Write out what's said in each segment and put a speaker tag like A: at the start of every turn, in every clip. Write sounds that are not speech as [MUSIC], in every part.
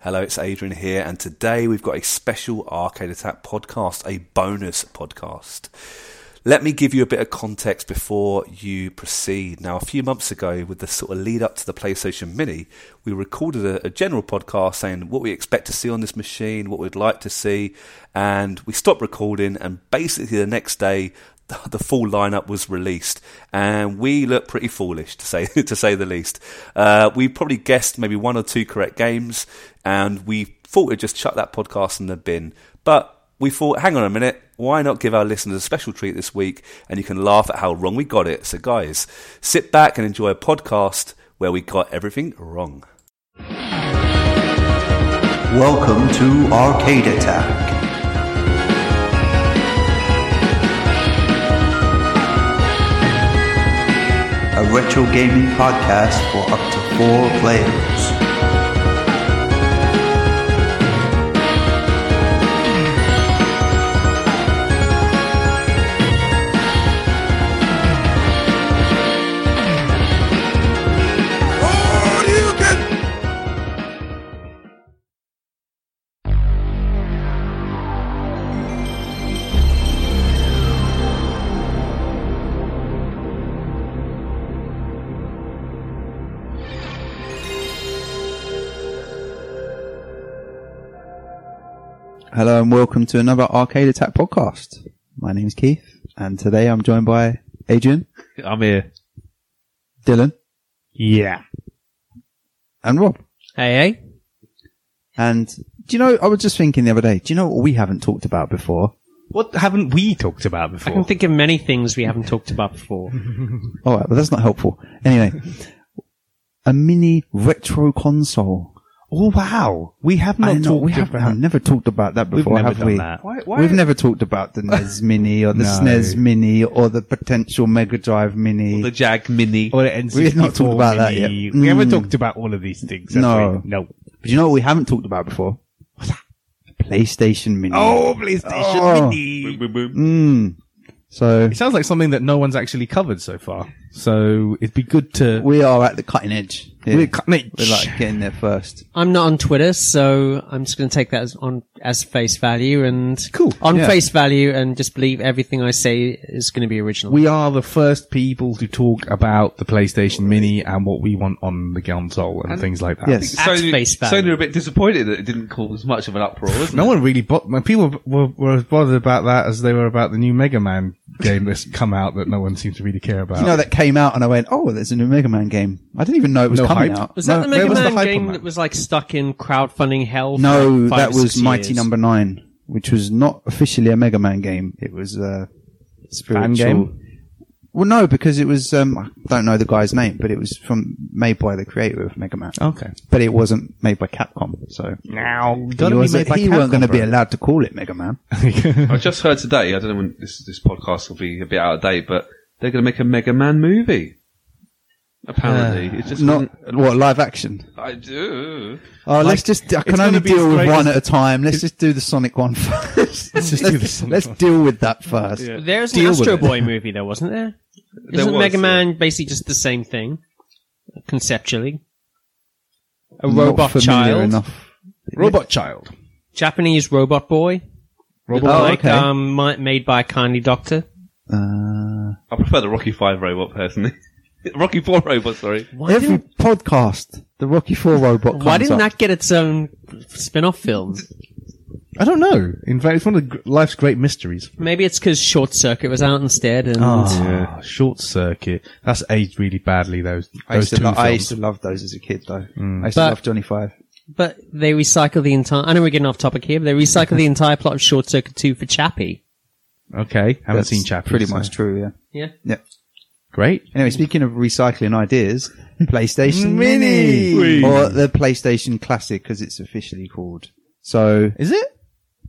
A: Hello, it's Adrian here, and today we've got a special Arcade Attack podcast, a bonus podcast. Let me give you a bit of context before you proceed. Now, a few months ago, with the sort of lead up to the PlayStation Mini, we recorded a, a general podcast saying what we expect to see on this machine, what we'd like to see, and we stopped recording. And basically, the next day, the, the full lineup was released, and we looked pretty foolish to say [LAUGHS] to say the least. Uh, we probably guessed maybe one or two correct games, and we thought we'd just chuck that podcast in the bin, but. We thought, hang on a minute, why not give our listeners a special treat this week and you can laugh at how wrong we got it? So, guys, sit back and enjoy a podcast where we got everything wrong.
B: Welcome to Arcade Attack. A retro gaming podcast for up to four players.
C: Hello and welcome to another Arcade Attack podcast. My name's Keith, and today I'm joined by Adrian,
D: I'm here.
C: Dylan,
D: Yeah.
C: and Rob.
D: Hey, hey.
C: And do you know? I was just thinking the other day. Do you know what we haven't talked about before?
D: What haven't we talked about before?
E: I can think of many things we haven't talked about before.
C: All right, well that's not helpful. Anyway, a mini retro console.
D: oh wow, we have
C: I
D: not
C: know,
D: talked
C: we have
D: about.
C: never talked about that
D: We've
C: before,
D: never
C: have
D: done
C: we?
D: that. Why-
C: We've never talked about
D: [LAUGHS]
C: the NES Mini or the
D: No.
C: SNES Mini or the potential Mega Drive Mini.
A: The Jag Mini.
D: Or the
C: We've not talked
D: N64
C: about that
D: mini.
C: yet.
D: We haven't
C: Mm.
D: talked about all of these things. have
C: No.
D: we? Hmm. no.
C: but do you know what we haven't talked about before? PlayStation Mini.
D: Oh, PlayStation
C: Oh.
D: Mini.
C: Mm. So
D: It sounds like something that no one's actually covered so far. So it'd be good to.
C: we are at the cutting edge. here.
D: We're cutting edge.
C: We're like getting there first.
E: [LAUGHS] I'm not on Twitter, so I'm just going to take that as on as face value and
D: Cool,
E: on
C: yeah.
E: face value and just believe everything I say is going to be original.
D: We are the first people to talk about the PlayStation Mini and what we want on the console and, things like that.
C: Yes.
E: At face value.
F: Sony were a bit disappointed that it didn't cause much of an uproar, wasn't
D: No
F: it?
D: one really bought. Well, people were, were as bothered about that as they were about the new Mega Man game that's come out that no one seems to really care about.
C: You know, that came out and I went, oh, there's a new Mega Man game. I didn't even know it was
D: No
C: coming
D: hype?
C: out.
E: was that
C: no,
E: the
D: where
E: Mega
D: was the
E: Man
D: hype on
E: game
D: that?
E: that was like stuck in crowdfunding hell? for
C: no,
E: like five
C: that
E: or
C: was
E: six
C: Mighty
E: years?
C: Number Nine, which was not officially a Mega Man game. It was a spiritual
D: game?
C: Well, no, because it was, um, I don't know the guy's name, but it was from, made by the creator of Mega Man.
D: Okay.
C: But it wasn't made by Capcom, so.
D: Now,
C: he
D: gotta be made
C: wasn't-
D: by
C: he weren't going to be
D: Capcom,
C: allowed to call it Mega Man.
D: bro. [LAUGHS]
F: I just heard today, I don't know when this, this podcast will be a bit out of date, but they're going to make a Mega Man movie. Apparently. it's just
C: Not, what, live action?
F: I do.
C: Oh, let's just. I can
D: gonna
C: only
D: be as
C: deal with
D: great
C: one
D: as-
C: at a time. Let's just do the Sonic one [LAUGHS] first. let's
D: just do the Sonic
C: let's
D: one.
C: deal with that first.
E: There's an
D: Deal with
E: Astro
D: it.
E: Boy movie though, wasn't there?
F: There
E: Isn't
F: was,
E: Mega
F: yeah.
E: Man basically just the same thing conceptually? A
C: Not
E: robot
C: familiar
E: child,
C: Enough.
D: Robot Child.
E: Japanese robot boy,
D: Robot
C: Oh,
E: like
C: okay.
E: um, mi- made by a kindly doctor.
C: Uh,
F: I prefer the Rocky 5 robot, personally. [LAUGHS] Rocky 4 robot, sorry.
E: Why
C: every
E: didn't-
C: podcast, the Rocky Four robot. Comes
E: Why didn't
C: up.
E: that get its own spin-off film?
D: I don't know. In fact, it's one of the, gr- life's great mysteries.
E: Maybe it's because Short Circuit was out instead, and
C: Oh.
D: Ah, Short Circuit. That's aged really badly, those,
C: I
D: those
C: used, to
D: two
C: lo- I
D: films.
C: used to love those as a kid, though. I used to
E: But-
C: love Johnny Five.
E: but they recycle the entire. I know we're getting off topic here, but they recycle
C: [LAUGHS]
E: the entire plot of Short Circuit Two for Chappie.
D: Okay. Haven't
C: That's
D: seen Chappie.
C: Pretty
D: so-
C: much true. Yeah.
E: Yeah,
C: Yeah.
D: Great.
C: Anyway, speaking of recycling ideas, PlayStation
D: Mini.
C: Mini or the PlayStation Classic, because it's officially called. So
D: Is it?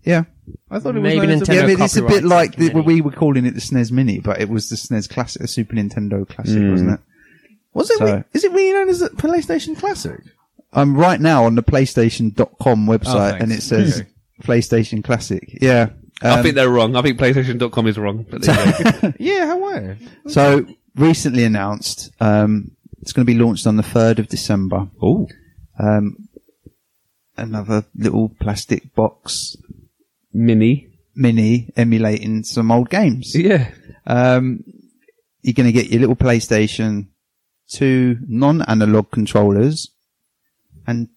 C: yeah,
D: I thought it
E: Maybe
D: was known as a-
E: Nintendo
C: yeah, but it's a bit
E: copyright
C: like the,
E: committee.
C: we were calling it the SNES Mini, but it was the SNES Classic, the Super Nintendo Classic, wasn't it?
D: Was it?
C: So-
D: re- is it really known as a PlayStation Classic?
C: I'm right now on the PlayStation.com website,
D: thanks.
C: and it says
D: Okay.
C: PlayStation Classic. Yeah.
F: I think they're wrong. I think PlayStation.com is wrong. But there you go. [LAUGHS]
D: yeah, how were?
C: So recently announced, um, it's going to be launched on the 3rd of December.
D: Oh.
C: Um, another little plastic box
F: Mini.
C: mini emulating some old games.
F: Yeah.
C: Um, you're going to get your little PlayStation, two non-analog controllers, and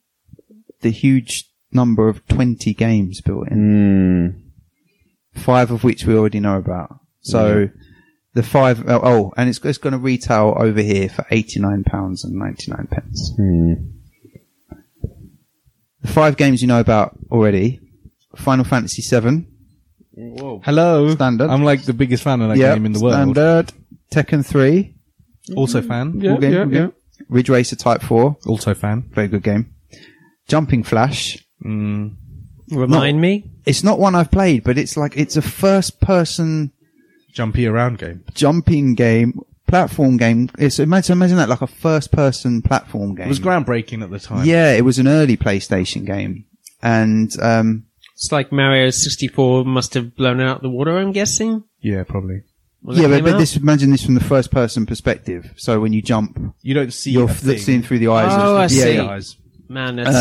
C: the huge number of 20 games built in,
F: Mm.
C: five of which we already know about. So the five, oh, oh, and it's, it's going to retail over here for £89.99. and pence. The five games you know about already, Final Fantasy VII,
D: Hello.
C: Standard.
D: I'm like the biggest fan of that
C: yeah,
D: game in the world.
C: Standard, Tekken 3,
D: Also fan.
F: Yeah,
C: All game-
F: yeah,
C: all
F: yeah.
C: game. Ridge Racer Type 4,
D: Also fan.
C: very good game. Jumping Flash.
E: Remind me.
C: It's not one I've played, but it's like it's a first-person
D: Jumpy around game.
C: jumping game, platform game. It's imagine, imagine that like a first-person platform game.
D: It was groundbreaking at the time.
C: yeah, it was an early PlayStation game, and um,
E: It's like Mario 64 must have blown it out the water, I'm guessing.
D: Yeah, probably.
E: When
C: yeah,
E: it
C: but,
E: came
C: but
E: out.
C: this imagine this from the first-person perspective. So when you jump,
D: You don't see
C: you're
D: a
C: f-
D: thing.
C: seeing through the eyes.
E: Oh, I
C: of,
E: see.
C: yeah,
D: Eyes.
E: Man, that
C: Um,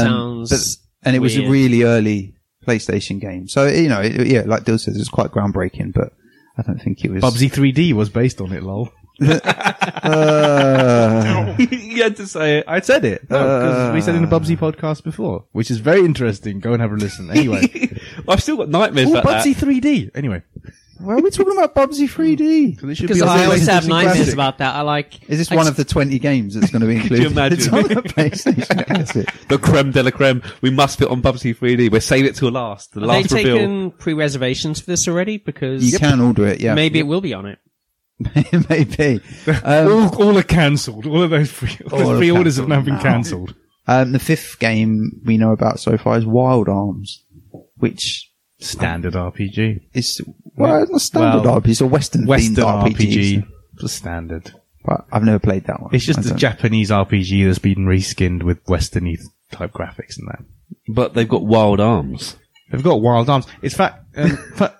E: sounds.
C: but- and it was a
E: weird.
C: really early PlayStation game. So you know, it, yeah, like Dill says, it's quite groundbreaking, but I don't think it was.
D: Bubsy 3D was based on it,
C: [LAUGHS]
D: lol.
C: Uh.
D: [LAUGHS] you had to say it. I said it. No, 'cause we said in the Bubsy
C: Uh.
D: podcast before, which is very interesting. Go and have a listen. Anyway. [LAUGHS]
F: I've still got nightmares
D: oh,
F: about that.
D: Bubsy 3D. Anyway.
C: Why are we talking about Bubsy 3D?
D: So this should
E: Because
D: be on
E: I
D: the
E: always
D: PlayStation
E: have nightmares
D: Classic.
E: about that. I like.
C: Is this one of the 20 games that's going to be included?
F: imagine?
C: It's on
E: [LAUGHS]
C: the PlayStation Classic.
F: The creme de la creme. Um, We must fit on Bubsy 3D. We're saving it till last. The
E: Are they
F: last reveal.
E: taken pre-reservations for this already? Because
C: You can order it, yeah.
E: maybe it will be on it.
C: [LAUGHS] Maybe. Um,
D: All, all are cancelled. All of those free, all
C: All
D: those
C: are
D: free orders have now
C: cancelled
D: been
C: now.
D: cancelled.
C: um, the fifth game we know about so far is Wild Arms, which
D: Standard RPG.
C: is, well, it's not standard
D: Well,
C: RPG, it's a Western,
D: Western
C: themed RPG.
D: RPG. The standard.
C: But I've never played that one.
D: It's just
C: I
D: a
C: don't-
D: Japanese RPG that's been reskinned with Western type graphics and that.
F: But they've got wild arms.
D: They've got wild arms. It's fact.
C: [LAUGHS]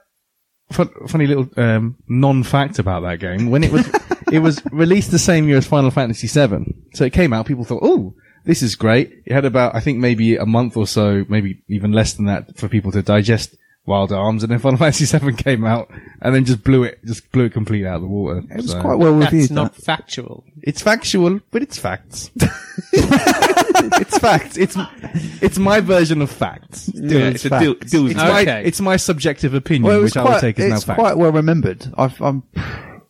D: Um, fa- fun- funny little um, non-fact about that game. When it was, [LAUGHS] it was released the same year as Final Fantasy VII. So it came out. People thought, "Oh, this is great." It had about, I think, maybe a month or so, maybe even less than that, for people to digest Wild Arms. And then Final [LAUGHS] Fantasy VII came out, and then just blew it, just blew it completely out of the water.
C: It was
D: So-
C: quite well reviewed.
E: That's
C: that.
E: not factual.
D: It's factual, but it's facts. [LAUGHS] it's facts. It's it's my version of facts.
F: yeah, it's, a deal. deal
D: It's,
E: Okay.
D: my, it's my subjective opinion,
C: it was
D: which I will take as now
C: it's
D: fact.
C: quite well remembered. I've, I'm,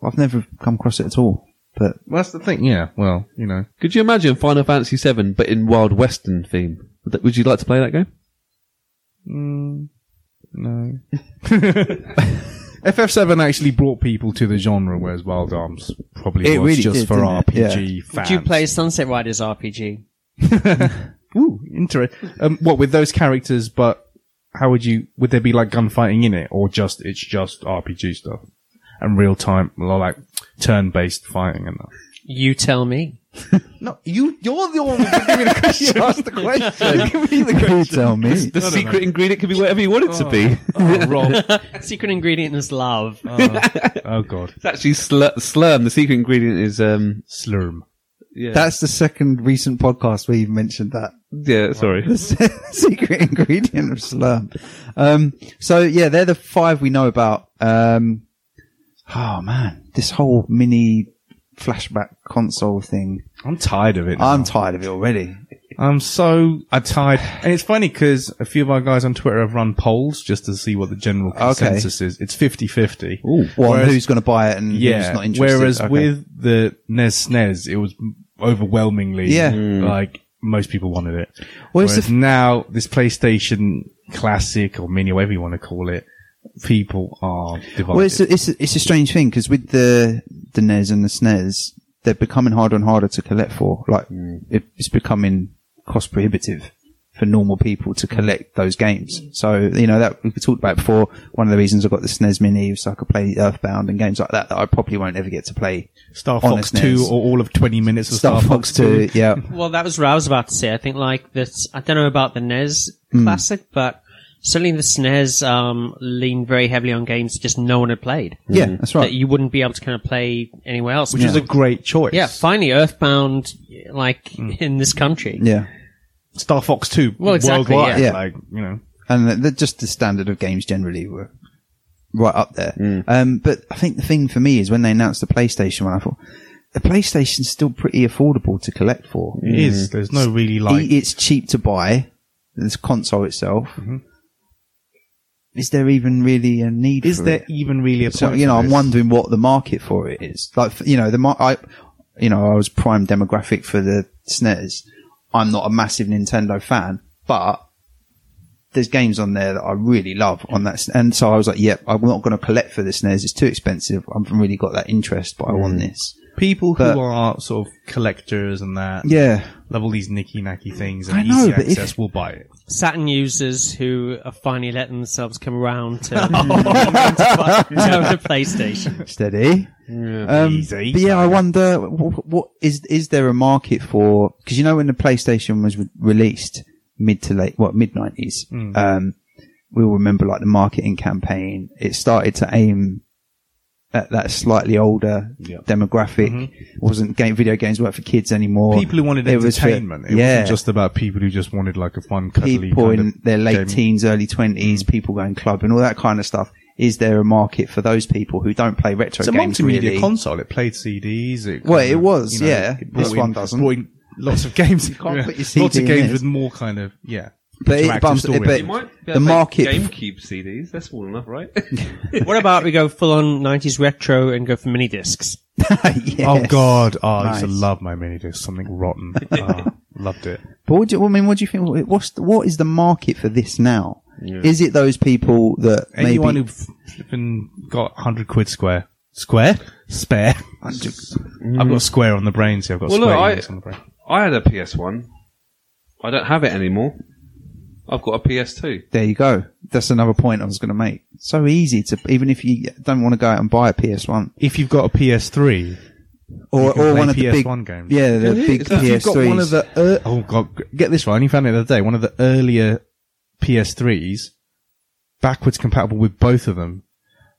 C: I've never come across it at all. But
D: well, that's the thing. Yeah. Well, you know,
F: Could you imagine Final Fantasy VII, but in Wild Western theme? Would, that, would you like to play that game?
D: no. FF7 actually brought people to the genre, whereas Wild Arms probably
C: It
D: was
C: really
D: just
C: did,
D: for
C: didn't it?
D: RPG fans.
E: Do you play Sunset Riders RPG?
D: Ooh, interesting. Um, what with those characters, but how would you? Would there be like gunfighting in it, or just it's just RPG stuff and real time, like turn-based fighting and that?
E: You tell me.
D: No, you you're the one giving the
C: [LAUGHS]
D: question. asked the [LAUGHS] question.
C: you tell me.
F: The secret ingredient could be whatever you want it to be.
D: oh, Rob.
E: Secret ingredient is love.
D: [LAUGHS] oh God,
F: It's actually slur- Slurm. The secret ingredient is, um,
D: slurm.
F: yeah.
C: That's the second recent podcast where you've mentioned that [LAUGHS]
F: yeah, sorry.
C: secret ingredient of slurm. Um, so yeah, they're the five we know about. Um, oh man, this whole mini flashback console thing.
D: I'm tired of it. now.
C: I'm tired of it already.
D: I'm so I'm tired. And it's funny because a few of our guys on Twitter have run polls just to see what the general consensus is. It's 50-50.
C: Well,
D: Whereas-
C: who's going to buy it and
D: yeah.
C: who's not interested?
D: Whereas
C: Okay.
D: with the NES SNES, it was overwhelmingly
C: Yeah.
D: like most people wanted it.
C: Whereas
D: Whereas
C: the f-
D: now this PlayStation Classic or Mini, whatever you want to call it, people are divided.
C: Well, it's a, it's a, it's a strange thing because with the the NES and the SNES, they're becoming harder and harder to collect for. Like it, it's becoming cost prohibitive for normal people to collect those games. So you know that we talked about it before. One of the reasons I got the SNES Mini was so I could play Earthbound and games like that that I probably won't ever get to play.
D: Star
C: on
D: Fox
C: the SNES.
D: 2 or all of 20 minutes of
C: Star Fox Two, yeah.
E: [LAUGHS] Well, that was what I was about to say. I think like this, I don't know about the NES classic, but certainly the SNES um, leaned very heavily on games just no one had played.
C: Yeah, that's
E: That
C: right.
E: you wouldn't be able to kind of play anywhere else.
D: Which is a great choice.
E: yeah, finally Earthbound, like in this country.
C: Yeah.
D: Star Fox Two
E: Well, exactly,
D: worldwide.
C: yeah. Yeah.
D: Like you know,
C: and the, the, just the standard of games generally were right up there.
D: Mm.
C: Um, but I think the thing for me is when they announced the PlayStation one, I thought the PlayStation's still pretty affordable to collect for.
D: it is. There's no really like
C: Mm. E- it's cheap to buy. This console itself.
D: Mm-hmm.
C: Is there even really a need?
D: Is
C: for
D: there
C: it?
D: even really a point?
C: So you know,
D: for
C: I'm
D: this?
C: wondering what the market for it is. Like f- you know, the mar- I, you know, I was prime demographic for the SNES. I'm not a massive Nintendo fan, but there's games on there that I really love on that. s- And so I was like, yep, I'm not going to collect for the SNES. It's too expensive. I haven't really got that interest, but I want
D: Mm.
C: this.
D: people who
C: but-
D: are sort of collectors and that
C: Yeah.
D: love all these nicky nacky things
C: I
D: and
C: know,
D: easy
C: but if-
D: access will buy it.
E: Saturn users who are finally letting themselves come around to, [LAUGHS] to, the PlayStation.
C: Steady. Um,
D: Easy.
C: But yeah, I wonder what, what is is there a market for? Because you know when the PlayStation was re- released mid to late, what mid nineties,
D: Hmm.
C: um, we'll remember like the marketing campaign. It started to aim at that slightly older demographic. It wasn't game video games weren't for kids anymore.
D: Mm-hmm. People who wanted
C: It was for-
D: entertainment. it
C: yeah,
D: wasn't just about people who just wanted like a fun, cuddly
C: people
D: kind
C: in
D: of
C: their late
D: game. Mm.
C: teens, early twenties, people going club and all that kind of stuff. Is there a market for those people who don't play retro
D: It's a
C: games?
D: multimedia
C: really?
D: console. It played CDs. It
C: Well,
D: kind
C: it
D: of,
C: was,
D: you know,
C: yeah.
D: it brought
C: This
D: in-
C: one doesn't.
D: brought in lots of [LAUGHS] games. you
C: can't put your
D: Lots
C: CD
D: of
C: in
D: games
C: it.
D: with more kind of yeah.
C: But it-
D: interactive
C: but I'm-
D: story.
C: but-
F: It might be
C: The
F: the
C: market-
F: market GameCube CDs. They're small enough, right? [LAUGHS]
E: What about we go full on 90s retro and go for mini discs?
C: [LAUGHS] Yes.
D: Oh God! Oh, I used to
C: Nice.
D: love my mini disc. Something
C: [LAUGHS]
D: rotten. oh, loved it.
C: But what do you, I mean, what do you think? What's the, what is the market for this now? Is it those people that
D: Anyone
C: maybe
D: who flipping got hundred quid square, square, spare. I've got square on the brain. See, I've got
F: Well, look,
D: square
F: I-
D: units on the brain.
F: I had a PS1. I don't have it anymore. I've got a PS2.
C: there you go. That's another point I was going to make. So easy to even if you don't want to go out and buy a PS One
D: If you've got a PS3, You
C: or
D: can
C: or
D: play
C: one of the big
D: PS1 games.
C: Yeah, the
F: Yeah,
C: big
F: it's like
D: you've
C: PS
D: got one of
C: threes.
D: the ear- oh god, g- get this right. I only found it the other day. One of the earlier PS3s, backwards compatible with both of them,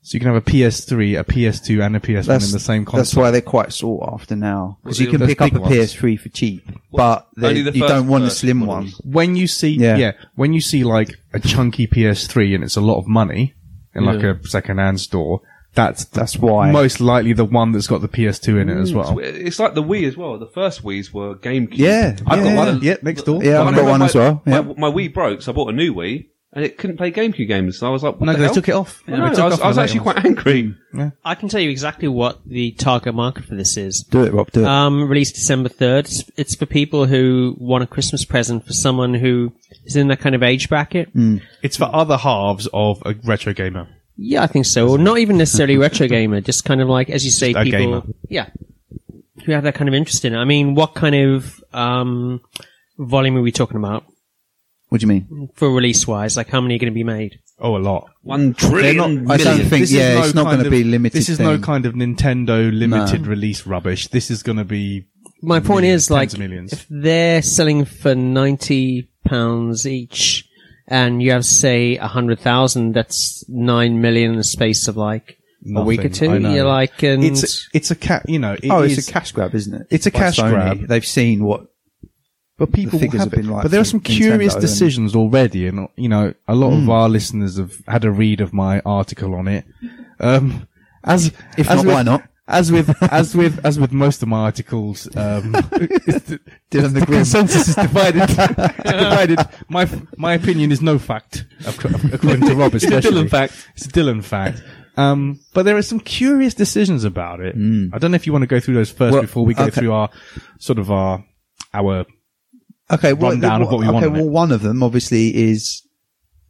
D: so you can have a PS3, a PS2, and a PS1 in the same console.
C: That's why they're quite sought after now because you
F: the-
C: can
F: those
C: pick up
F: big
C: a
F: ones?
C: PS3 for cheap, but they,
F: Only the
C: you
F: first-
C: don't want a
F: first
C: slim one.
F: models.
D: when you see
C: Yeah.
D: yeah. when you see like a chunky PS3 and it's a lot of money in like a second-hand store, that's the-
C: That's why.
D: most likely the one that's got the PS2 in it as well.
F: It's like the Wii as well. The first Wii's were GameCube.
C: Yeah,
F: I've
C: yeah,
F: got one.
C: yeah.
F: of-
D: Oh. Yeah, next door.
C: Yeah,
F: I
C: I've got
F: remember
C: one
F: my-
C: as well.
F: My,
C: Yeah.
F: my Wii broke, so I bought a new Wii, and it couldn't play GameCube games. And I was like, what
D: No,
F: the
D: they
F: hell?
D: took it off.
F: I,
D: They
F: know,
D: took
F: I was,
D: off
F: I was
D: the
F: actually
D: later ones.
F: quite angry.
E: I can tell you exactly what the target market for this is.
C: Do it, Rob. Do it.
E: Um, released December 3rd. It's- It's for people who want a Christmas present for someone who is in that kind of age bracket.
D: It's for other halves of a retro gamer.
E: Yeah, I think so. Or not even
D: [LAUGHS]
E: necessarily retro gamer, just kind of like, as you say,
D: a
E: people.
D: gamer.
E: Yeah. Who have that kind of interest in it. I mean, what kind of, um, volume are we talking about
C: what do you mean?
E: for release wise? Like, how many are going to be made?
D: Oh, a lot.
F: One
C: They're
F: trillion.
C: not- I
F: million.
C: don't think.
D: This is
C: Yeah,
D: no
C: it's not
D: kind
C: going to
D: of-
C: be limited.
D: This is no
C: thing.
D: kind of Nintendo limited release rubbish. This is going to be
E: My point
D: Millions,
E: is, like,
D: tens of millions.
E: if they're selling for ninety pounds each, and you have say a hundred thousand, that's nine million in the space of like a week or
D: nothing. I
E: two.
D: know.
E: You're like, and
D: it's it's a cat. You know, it
C: Oh, it's
D: is-
C: a cash grab, isn't it?
D: It's a
C: By
D: cash
C: Sony.
D: grab.
C: They've seen what
D: But people will
C: figures
D: have
C: have been
D: it.
C: like
D: but there are
C: for
D: some curious
C: Nintendo
D: [LAUGHS]
C: and-
D: decisions already, and you know, a lot
C: Hmm.
D: of our listeners have had a read of my article on it. Um, as
C: If
D: as
C: not,
D: with,
C: why not?
D: As with as with as with most of my articles, um,
C: [LAUGHS] Dylan the
D: the consensus is divided. [LAUGHS] divided. My my opinion is no fact, ac- according to
C: [LAUGHS]
D: Rob. Especially.
F: Dylan fact.
D: It's a Dylan fact. Um, but there are some curious decisions about it. I don't know if you want to go through those first
C: Hmm. Well,
D: before we go
C: okay.
D: through our sort of our our
C: Okay, well,
D: rundown
C: the-
D: of what we
C: okay,
D: want on
C: well,
D: it.
C: one of them obviously is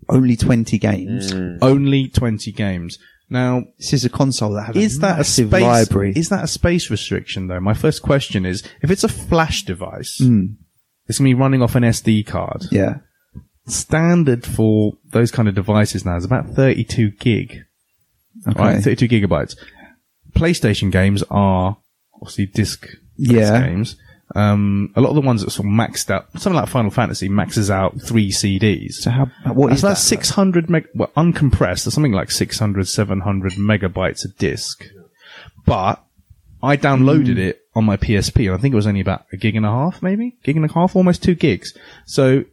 C: only twenty games.
D: only 20 games. Now,
C: This is a console that has
D: is
C: a
D: that a
C: massive
D: space,
C: library.
D: is that a space restriction though? My first question is, if it's a flash device, it's going to be running off an SD card.
C: Hmm. yeah,
D: Standard for those kind of devices now is about 32 gig,
C: okay,
D: right? 32 gigabytes. PlayStation games are obviously disc
C: Yeah.
D: games. Um, a lot of the ones that sort of maxed out, something like Final Fantasy maxes out three CDs.
C: So how what
D: That's
C: is
D: about
C: that?
D: 600 meg, well, uncompressed, there's something like 600, 700 megabytes a disk. But I
C: Hmm.
D: downloaded it on my PSP, and I think it was only about a gig and a half, maybe gig and a half, almost two gigs. So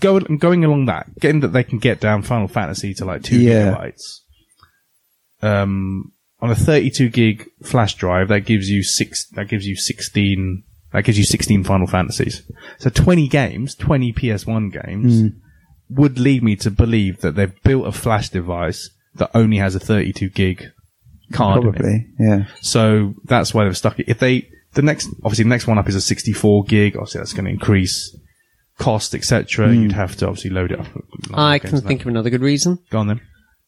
D: go, going along that, getting that they can get down Final Fantasy to like two
C: Yeah.
D: gigabytes. Um, on a 32 gig flash drive, that gives you six. That gives you 16. That gives you 16 Final Fantasies. So 20 games, 20 PS1 games would lead me to believe that they've built a flash device that only has a 32 gig card. in it.
C: Probably, yeah.
D: So that's why they've stuck it. If they, the next, obviously the next one up is a 64 gig. Obviously that's going to increase cost, etc. You'd have to obviously load it up.
E: I can think of another good reason.
D: Go on then.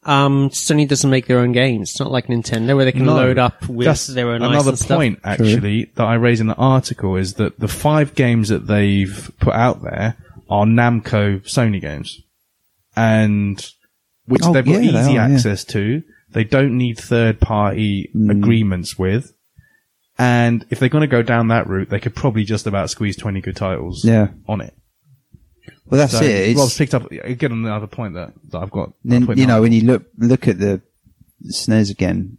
E: Um, Sony doesn't make their own games. It's not like Nintendo where they can
D: No.
E: load up with
D: That's
E: their own
D: another
E: licensed
D: point actually that I raise in the article is that the five games that they've put out there are Namco Sony games, and which
C: Oh,
D: they've got
C: yeah, they
D: easy
C: are, yeah. Mm.
D: access to. They don't need third party agreements with. And if they're going to go down that route, they could probably just about squeeze 20 good titles
C: Yeah.
D: on it.
C: Well, that's
D: So
C: it. It's-
D: Rob's picked up, again, another point that, that I've got. that I
C: then
D: put in
C: you
D: the
C: know when you look look at the SNES again,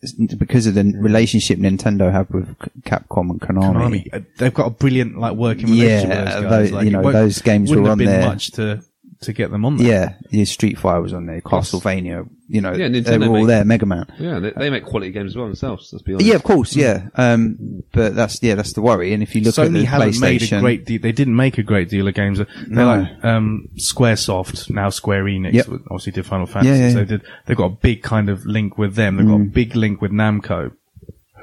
C: it's because of the relationship Nintendo have with C- Capcom and Konami,
D: Konami. uh, They've got a brilliant like working
C: Yeah,
D: relationship with those guys.
C: those-
D: like,
C: you
D: it
C: know,
D: won't-
C: those games
D: wouldn't
C: were
D: have
C: on
D: been
C: there.
D: much to to get them on there.
C: yeah, your Street Fighter was on there, Castlevania, you know,
F: Yeah,
C: they
F: Nintendo
C: were all
F: make-
C: there, Mega Man.
F: Yeah, they, they make quality games as well themselves. Let's be honest.
C: Yeah, of course, yeah. Um, but that's yeah, that's the worry. And if you look at
D: Sony
C: the
D: haven't made a
C: PlayStation,
D: great deal. They didn't make a great deal of games. They're
C: No.
D: like um, SquareSoft now Square Enix.
C: Yep.
D: Obviously, did Final Fantasy.
C: yeah,
D: So
C: yeah.
D: they did, they've got a big kind of link with them. They've got a big link with Namco.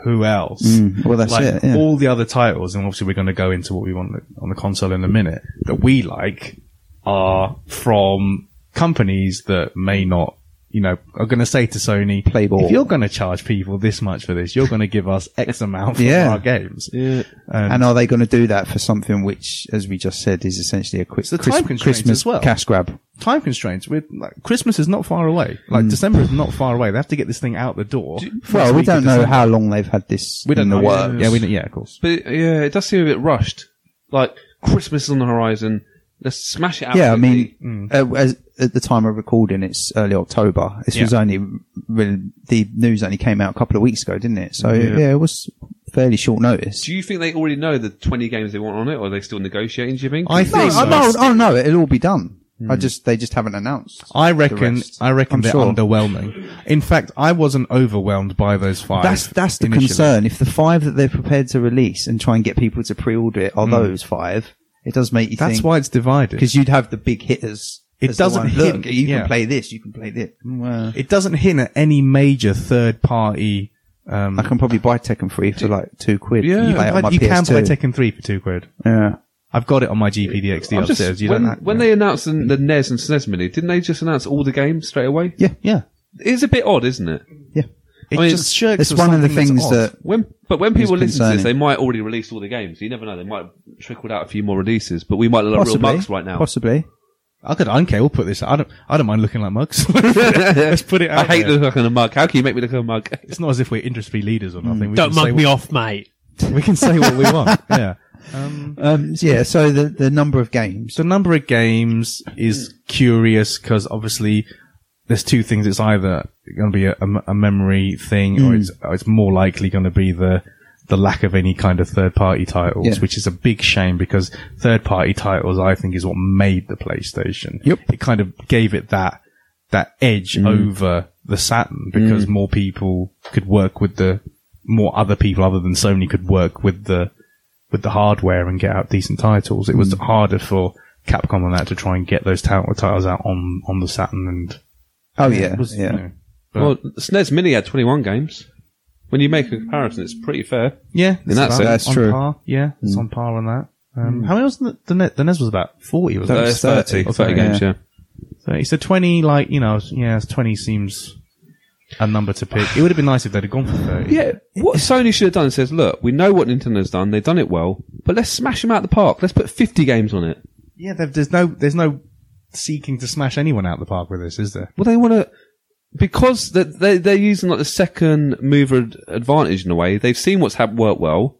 D: Who else?
C: Mm, well, that's
D: like
C: it, yeah.
D: all the other titles, and obviously we're going to go into what we want on the console in a minute that we like are from companies that may not, you know, are going to say to Sony,
C: Play ball.
D: If you're going to charge people this much for this, you're going to give us X amount for
C: Yeah.
D: our games.
F: Yeah.
D: And,
C: and are they going to do that for something which, as we just said, is essentially a quick
D: the time
C: Christ-
D: constraints
C: Christmas
D: as well.
C: cash grab?
D: time constraints. We're, like, Christmas is not far away. Like December is not far away. They have to get this thing out the door. First
C: Hmm. Well, we
D: week of
C: don't know
D: December.
C: how long they've had this
D: We don't
C: in
D: know.
C: the works.
D: Yeah, we don't, yeah, of course.
F: But it- yeah, it does seem a bit rushed. Like Christmas is on the horizon. Let's smash it out.
C: Yeah, I
F: quickly.
C: mean,
D: Mm.
C: uh, as, at the time of recording, it's early October. This was
D: Yeah.
C: only really, the news only came out a couple of weeks ago, didn't it? So yeah, it was fairly short notice.
F: do you think they already know the twenty games they want on it, or are they still negotiating? Do you think?
D: I
C: No,
D: think
C: I- no, oh no, it'll all be done. I
F: Hmm.
C: just they just haven't announced.
D: I reckon.
C: rest.
D: I reckon
C: I'm
D: they're
C: sure.
D: underwhelming. In fact, I wasn't overwhelmed by those five.
C: That's that's the
D: initially.
C: concern. If the five that they're prepared to release and try and get people to pre-order it are those five, it does make you
D: Hmm. That's
C: think.
D: why it's divided.
C: because you'd have the big hitters.
D: It
C: as the
D: doesn't
C: one,
D: hit-
C: Look, you
D: yeah.
C: can play this. You can play this. Well,
D: it doesn't hint at any major third party. Um,
C: I can probably buy Tekken Three for like two quid.
D: you
C: and play
D: can
C: it on
D: buy,
C: my
D: you can
C: PS2.
D: buy Tekken three for two quid.
C: Yeah.
D: I've got it on my GPDXD
F: I'm just-
D: upstairs. you
F: when
D: don't have-
F: when they announced the, the NES and SNES Mini, didn't they just announce all the games straight away?
C: Yeah, yeah,
F: It's a bit odd, isn't it?
C: yeah.
D: it
F: I mean,
D: just shirks.
C: It's
D: of
C: one of the
D: something that's
C: things
D: odd.
C: that
F: When, but when people
C: It's
F: listen to this,
C: concerning.
F: they might already release all the games. You never know; they might have trickled out a few more releases. But we might look like real
C: possibly,
F: mugs right now.
C: possibly.
D: I could. I don't care. We'll put this. I don't. I don't mind looking like
C: [LAUGHS]
D: mugs. [LAUGHS] [LAUGHS] Let's put it.
F: [LAUGHS] I
D: Out
F: hate
D: there.
F: looking like a mug. How can you make me look like a mug?
D: It's not as if we're industry leaders or nothing. We
E: Don't
D: can say
E: mug me
D: what-
E: off, mate.
D: [LAUGHS] We can say what we
E: [LAUGHS]
D: want. Yeah.
C: Um, yeah. So the the number of games. Hmm.
D: The number of games is curious because obviously there's two things. It's either going to be a, a- a memory thing,
C: Hmm.
D: or it's or it's more likely going to be the the lack of any kind of third party titles,
C: Yeah.
D: which is a big shame because third party titles, I think, is what made the PlayStation.
C: Yep. Hmm.
D: It kind of gave it that that edge over the Saturn because more people could work with the more other people other than Sony could work with the with the hardware and get out decent titles. It was
C: Mm.
D: harder for Capcom on that to try and get those title, titles out on on the Saturn and
C: Oh yeah,
D: it was, you
C: yeah.
D: know. But-
F: Well, the SNES Mini had 21 games. When you make a comparison, it's pretty fair.
D: yeah, it's
F: that's
D: about
F: it.
C: That's
D: on
C: true. Mm.
D: Par. Yeah, it's on par on that. Um, How many was the, the, Ne- the NES was about forty? Was
C: That
D: it?
F: Uh,
C: was 30.
F: 30, 30 games, yeah.
D: So, so twenty, like you know, yeah, twenty seems a number to pick. It would have been nice if they'd have gone for thirty.
F: Yeah, what Sony should have done says, look, we know what Nintendo's done. They've done it well, but let's smash them out the park. Let's put 50 games on it.
D: yeah. there- There's no, there's no seeking to smash anyone out the park with this, is there?
F: Well, they want to because they, they they're using like the second mover ad- advantage in a way. They've seen what's hap- worked well.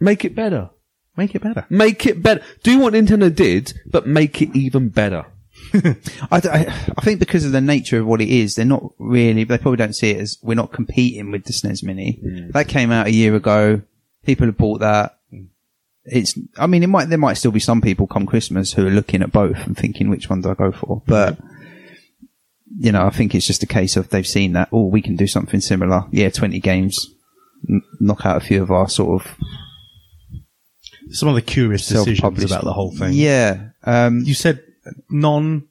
F: Make it better.
D: Make it better.
F: Make it better. Do what Nintendo did, but make it even better.
C: I, d- I- I think because of the nature of what it is, they're not really. They probably don't see it as we're not competing with the SNES Mini.
D: Mm.
C: That came out a year ago. People have bought that. It's. I mean, it might. There might still be some people come Christmas who are looking at both and thinking which one do I go for. But
D: Mm.
C: you know, I think it's just a case of they've seen that. Oh, we can do something similar. Yeah, twenty games. N- knock out a few of our sort of
D: Some of the curious decisions
C: self-published
D: about the whole thing.
C: Yeah. Um,
D: You said non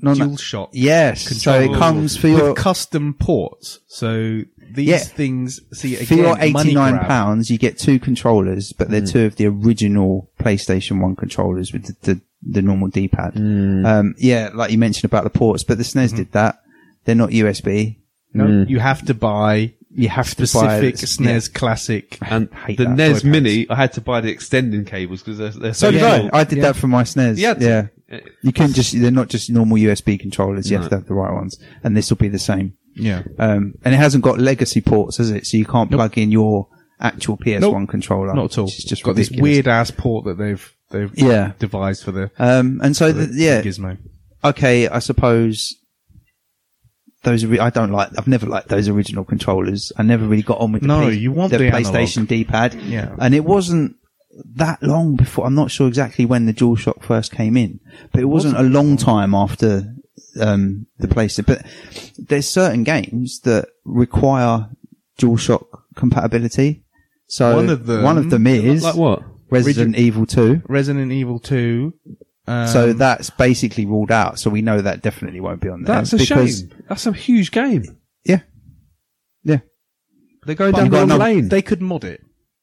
C: non-
D: dual shot.
C: Yes. So
D: controllable
C: it comes for
D: with
C: your
D: custom ports. So these
C: Yeah.
D: things see again,
C: for your
D: money
C: eighty-nine
D: grab. Mm.
C: pounds, you get two controllers, but they're two of the original PlayStation One controllers with the the, the normal D-pad.
D: Mm.
C: Um, yeah, like you mentioned about the ports, but the SNES
D: Mm-hmm.
C: did that. They're not USB.
D: No, you have to buy
C: You have
D: specific
C: to buy
D: SNES classic. E
F: And
C: hate
F: the
C: that
F: NES
C: toy pad.
F: Mini, I had to buy the extending cables because they're, they're so
C: Yeah,
F: small.
C: yeah, I did that for my SNES.
F: You
C: Yeah,
F: had to-
C: yeah. You can just they're not just normal USB controllers. You have to have the right ones, and this will be the same.
D: Yeah.
C: Um, and it hasn't got legacy ports, has it? So you can't plug in your actual PS1
D: Nope.
C: controller.
D: Not at all.
C: which is just
D: got this
C: ridiculous.
D: weird ass port that they've they've
C: Yeah.
D: devised for the
C: Um, and so, the, yeah,
D: gizmo.
C: okay, I suppose those. Are, I don't like. I've never liked those original controllers. I never really got on with. The
D: No,
C: P-
D: you want
C: the,
D: the
C: PlayStation
D: analog.
C: D-pad.
D: Yeah.
C: and it wasn't that long before. I'm not sure exactly when the DualShock first came in, but it wasn't, a long time after um, the PlayStation. But there's certain games that require DualShock compatibility. So
D: One of them-
C: one of them is
F: Like what?
C: Resident Evil Two.
D: Resident Evil Two. Um,
C: So that's basically ruled out. So we know that definitely won't be on there.
F: That's a
C: because-
F: shame. That's a huge game.
C: Yeah. Yeah.
F: They're going
C: But
F: down
C: you've
F: the
C: got
F: wrong
C: another-
F: lane.
D: they could mod it.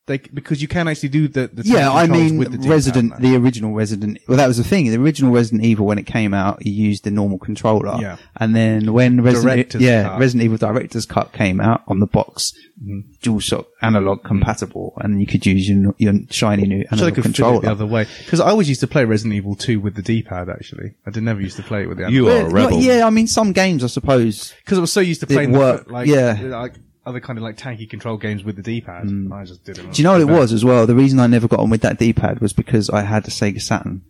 D: They c- because you can actually do the, the
C: Yeah,
D: touch
C: I
D: controls
C: mean,
D: with the D-pad
C: Resident,
D: now.
C: the original Resident, well, that was the thing. The original Resident Evil, when it came out, you used the normal controller.
D: Yeah.
C: And then when Resident, E-,
D: Director's
C: yeah,
D: Cut. Mm-hmm.
C: Resident Evil Director's Cut came out on the box, DualShock analog compatible, and you could use your, your shiny new
D: So they
C: analog
D: could fit
C: controller.
D: it the other way. Because I always used to play Resident Evil 2 with the D-pad, actually. I did never used to play it with the analog.
F: You are a
C: Not-
F: rebel.
C: yeah, I mean, some games, I suppose.
D: Because I was so used to
C: It
D: playing the,
C: worked,
D: like,
C: yeah. Mm.
D: like other kind of like tanky control games with the D-pad. and I just didn't.
C: Do you know what it was as well? The reason I never got on with that D-pad was because I had a Sega Saturn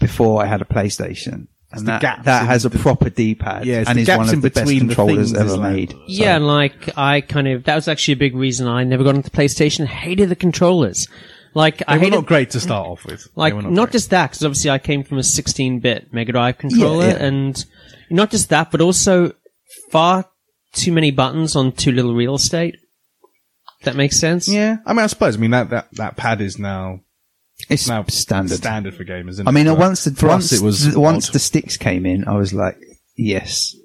C: before I had a PlayStation. And
D: the
C: that,
D: gaps
C: that
D: in
C: has a
D: the-
C: proper D-pad
D: Yeah, it's
C: and
D: the
C: is
D: gaps
C: one
D: in
C: of the best
D: between the
C: controllers
D: things
C: ever
D: is like-
C: made.
E: Yeah, and like I kind of that was actually a big reason I never got into PlayStation. Hated the controllers. Like I
D: They were
E: hated
D: not great to start off with. They
E: like
D: were
E: not,
D: great.
E: just that because obviously I came from a 16-bit Mega Drive controller,
C: yeah.
E: and not just that, but also far too many buttons on too little real estate. If that makes sense.
D: Yeah, I mean, I suppose. I mean, that, that, that pad is now,
C: It's
D: now
C: standard.
D: standard for gamers. Isn't
C: I mean,
D: it? But
C: once the,
D: for
C: once,
D: us, it was
C: the, once
D: odd. Hmm.
C: the sticks came in, I was like, yes.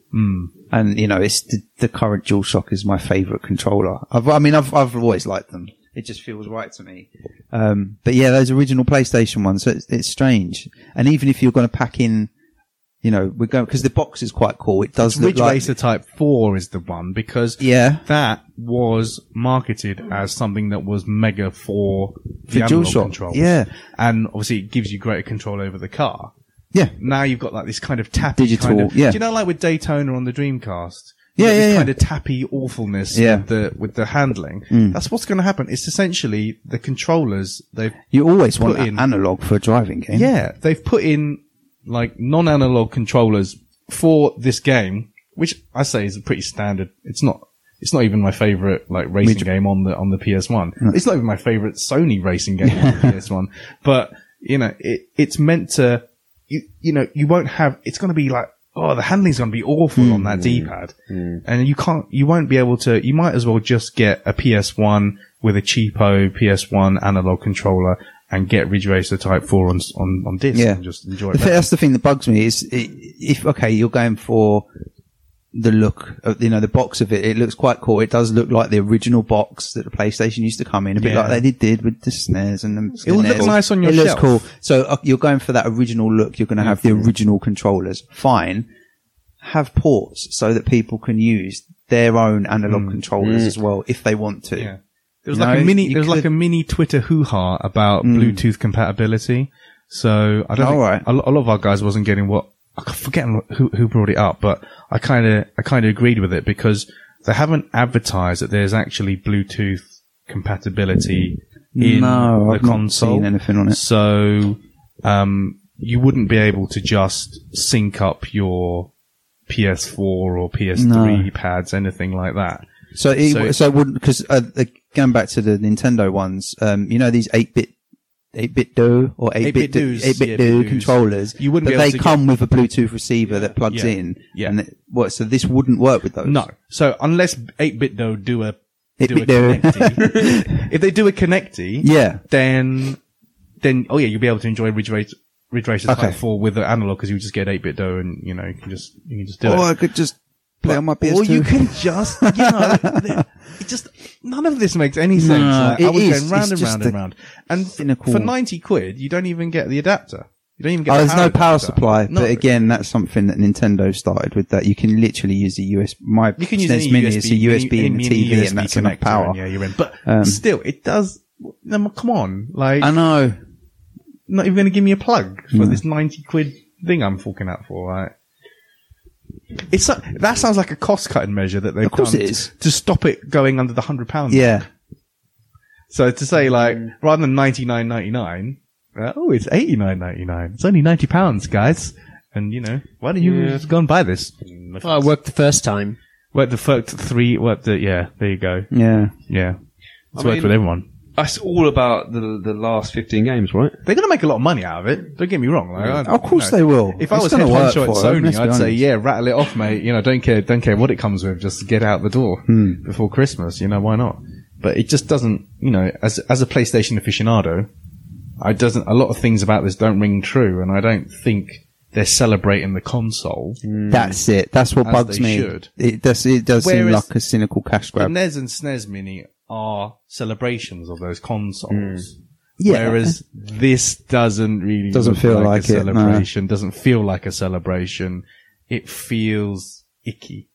C: And you know, it's the, the current DualShock is my favorite controller. I've, I mean, I've, I've always liked them. It just feels right to me. Um, but yeah, those original PlayStation ones, so it's, it's strange. And even if you're going to pack in, you know, we're going, cause the box is quite cool. It does look
D: Ridge
C: like,
D: Racer Type 4 is the one because
C: Yeah.
D: that was marketed as something that was mega for the
C: For
D: analog
C: DualShock,
D: controls.
C: yeah.
D: And obviously it gives you greater control over the car.
C: yeah,
D: Now you've got like this kind of tappy
C: Digital,
D: kind of,
C: yeah.
D: Do you know like with Daytona on the Dreamcast? You've got
C: Yeah, yeah,
D: this
C: yeah.
D: kind of tappy awfulness
C: Yeah. Mm.
D: with the with the handling. That's what's going to happen. It's essentially the controllers they've
C: you always want
D: Put
C: an
D: in-
C: analog for a driving game.
D: yeah, they've put in like non-analog controllers for this game, which I say is pretty standard. It's not. It's not even my favorite like racing game on the on the PS1. It's not even my favorite Sony racing game on the PS1. But you know, it it's meant to. You, you know, you won't have. It's going to be like. Oh, the handling's going to be awful on that D-pad, and you can't, you won't be able to. You might as well just get a PS1 with a cheapo PS1 analog controller and get Ridge Racer Type 4 on s- on on disc
C: Yeah.
D: and just enjoy
C: The
D: it.
C: thi- That's the thing that bugs me is i if okay, you're going for the look of you know the box of it. It looks quite cool. It does look like the original box that the PlayStation used to come in, a bit
D: Yeah.
C: like they did with the snares and the.
D: It will look
C: NES.
D: nice on your
C: It
D: shelf. Mm.
C: looks cool. So uh, you're going for that original look. You're going to have the original controllers. Fine, have ports so that people can use their own analog controllers as well if they want to.
D: Mm. Yeah. There was
C: You
D: like a
C: know,
D: mini.
C: you
D: There was like
C: could- Hmm.
D: a mini Twitter hoo ha about Bluetooth compatibility. So I don't.
C: All
D: think,
C: right.
D: A, lo- a lot of our guys wasn't getting what I forget who who brought it up, but I kind of I kind of agreed with it because they haven't advertised that there's actually Bluetooth compatibility in
C: No,
D: the
C: I've not
D: console.
C: seen anything on it.
D: So um, you wouldn't be able to just sync up your PS4 or PS3 pads, anything like that.
C: So it,
D: So-
C: so, it wouldn't because uh, uh, going back to the Nintendo ones, um, you know these eight bit. 8-bit do or 8-bit
D: 8-bit
C: do,
D: do's,
C: 8-bit
D: yeah,
C: do
D: do's.
C: controllers.
D: You wouldn't
C: but
D: be able to
C: they come with a Bluetooth receiver that plugs
D: yeah,
C: in.
D: yeah.
C: And it, what? So this wouldn't work with those.
D: No. So unless 8-bit do do a, do a
C: 8-bit do. [LAUGHS]
D: connecty, if they do a connecty,
C: Yeah.
D: then, then, oh yeah, you'll be able to enjoy Ridge Racer, Ridge Racer
C: Okay.
D: Type 4 with the analog because you just get 8-bit do and, you know, you can just, you can just do
C: Or
D: it.
C: I could just play on my PS2.
D: Or you [LAUGHS] can just, you [LAUGHS] know, th- it just none of this makes any sense. Like, I
C: it
D: was
C: is.
D: going round
C: It's
D: and
C: just
D: round
C: a
D: and round. And f-
C: cynical-
D: for ninety quid, you don't even get the adapter. You don't even get.
C: Oh,
D: the
C: there's no power
D: adapter.
C: supply,
D: No.
C: but again, that's something that Nintendo started with. That you can literally use a USB. My
D: you can use
C: SNES
D: any
C: Mini
D: USB,
C: is a USB
D: any-
C: and a
D: any
C: TV,
D: USB
C: and that's
D: connector
C: enough power.
D: and yeah, you're in. But
C: Um,
D: still, it does. No, come on, like
C: I know.
D: not even going to give me a plug for
C: Hmm.
D: this ninety quid thing I'm forking out for. Like, it's so- that sounds like a cost cutting measure that they've
C: Of course
D: done
C: it
D: to-
C: is.
D: To, stop it going under the hundred pounds.
C: Yeah, Hmm.
D: So to say like rather than ninety nine ninety nine, uh, oh it's eighty nine ninety nine. It's only ninety pounds, guys. And you know why don't you
C: Hmm.
D: just go and buy this?
E: Well, it worked the first time.
D: Work the fucked three. Work the yeah. There you go.
C: yeah.
D: Yeah, it's
F: I
D: worked
F: mean-
D: with everyone.
F: That's all about the the last fifteen games, right?
D: They're gonna make a lot of money out of it. Don't get me wrong. Like, I-
C: Of course
D: you know,
C: they will.
D: If I
C: It's
D: was head
C: gonna work
D: honcho at
C: for 'em,
D: Sony,
C: let's be
D: I'd say
C: honest.
D: yeah, rattle it off, mate. You know, don't care, don't care what it comes with. Just get out the door
C: Hmm.
D: before Christmas. You know, why not? But it just doesn't. You know, as as a PlayStation aficionado, I doesn't a lot of things about this don't ring true, and I don't think they're celebrating the console.
C: Mm. That's it. That's what
D: As
C: bugs
D: they
C: me.
D: should.
C: It does. It does seem
D: Whereas
C: like a cynical cash
D: The
C: grab.
D: NES and SNES Mini are celebrations of those consoles.
C: Hmm. Yeah.
D: Whereas this doesn't really
C: Doesn't
D: look
C: feel
D: like,
C: like
D: a
C: it, no.
D: celebration. Doesn't feel like a celebration. It feels
C: [LAUGHS]
D: icky.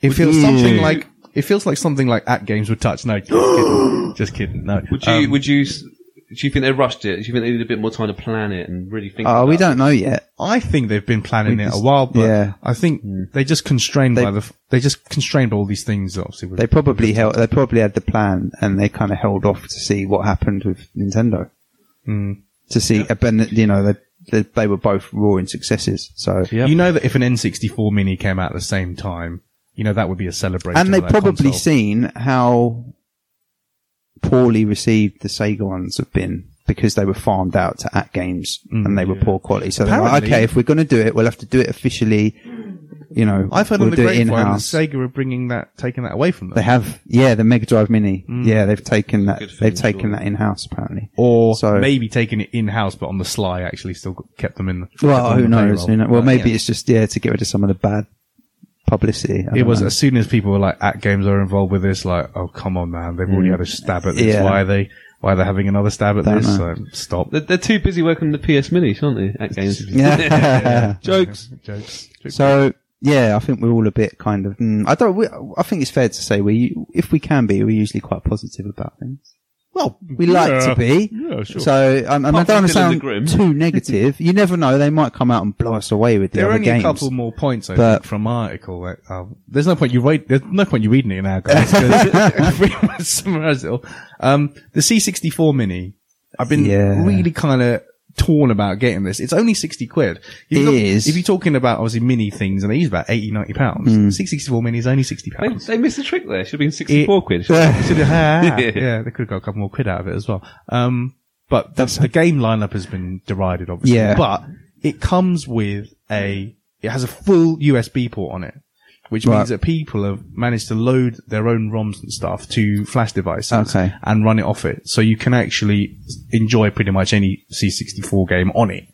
D: it feels something
C: Ew.
D: like it feels like something like at games would touch. No, just
C: [GASPS]
D: kidding. just kidding. No.
F: Would you?
D: Um,
F: would you? s- Do you think they rushed it? Do you think they needed a bit more time to plan it and really think?
C: Oh,
F: about
C: we
F: it?
C: don't know yet.
D: I think they've been planning
C: We
D: it a
C: just-
D: while, but
C: yeah. Hmm.
D: I think they just constrained
C: They-
D: by the f- they just constrained all these things. Obviously, with-
C: They probably held. They probably had the plan, and they kind of held off to see what happened with Nintendo.
D: Mm.
C: To see, but you know, they, they they were both roaring successes. So
D: You know that if an N64 Mini came out at the same time, you know that would be a celebration.
C: and
D: of
C: they've
D: that
C: probably
D: console.
C: seen how poorly received the Sega ones have been because they were farmed out to at games and they were poor quality. So they're like,
D: Mm, Apparently-
C: okay, if we're going to do it, we'll have to do it officially. You know,
D: I've heard
C: we'll
D: on the
C: do it
D: grapevine that
C: in-house.
D: Sega are bringing that, taking that away from them.
C: They have, yeah, the Mega Drive Mini.
D: Mm.
C: Yeah, they've taken that.
F: Good for
C: They've
F: them,
C: taken
F: surely.
C: that in house apparently.
D: or
C: So-
D: maybe taking it in house, but on the sly, actually still kept them in. The, kept
C: Well,
D: them
C: who
D: on the
C: knows?
D: payroll.
C: You know, well,
D: But,
C: maybe
D: yeah.
C: it's just yeah to get rid of some of the bad publicity. I
D: It
C: don't
D: was
C: know.
D: as soon as people were like, "At Games are involved with this." Like, oh come on, man! They've already had a stab at this.
C: Mm. Yeah.
D: Why are they? Why are they having another stab at
C: Don't
D: this?
C: know.
D: So, stop.
F: They're, they're too busy working on the PS Minis, aren't they? At
D: [LAUGHS]
F: games.
C: yeah. [LAUGHS]
F: Jokes.
D: Jokes. Jokes.
C: So yeah, I think we're all a bit kind of. Mm, I don't. We, I think it's fair to say we, if we can be, we're usually quite positive about things. Well, we like
D: yeah.
C: to be.
D: Yeah, sure.
C: So, um, and I
F: Apart
C: don't want to
F: from Dylan the
C: sound
F: Grim.
C: too negative. You never know; they might come out and blow us away with the
D: There are
C: other
D: only
C: games.
D: a couple more points I
C: But-
D: think, from my article. That, um, there's no point you read. There's no point you reading it now, guys.
C: [LAUGHS]
D: 'cause [LAUGHS] pretty much summarise it all. Um, the C64 Mini. I've been
C: Yeah.
D: really kind of torn about getting this. It's only sixty quid. If
C: It
D: you're-
C: is. Hmm.
D: If you're talking about obviously mini things, and they use about 80, 90 pounds. C64 Mini is only sixty
F: They,
D: pounds.
F: they missed the trick there. Should have been
C: [LAUGHS]
F: sixty-four quid.
D: So they- yeah, they could have got a couple more quid out of it as well. Um, but the, the game lineup has been derided, obviously.
C: Yeah.
D: But it comes with a, it has a full USB port on it, which
C: Right.
D: means that people have managed to load their own ROMs and stuff to flash devices
C: Okay.
D: and run it off it. So you can actually enjoy pretty much any C64 game on it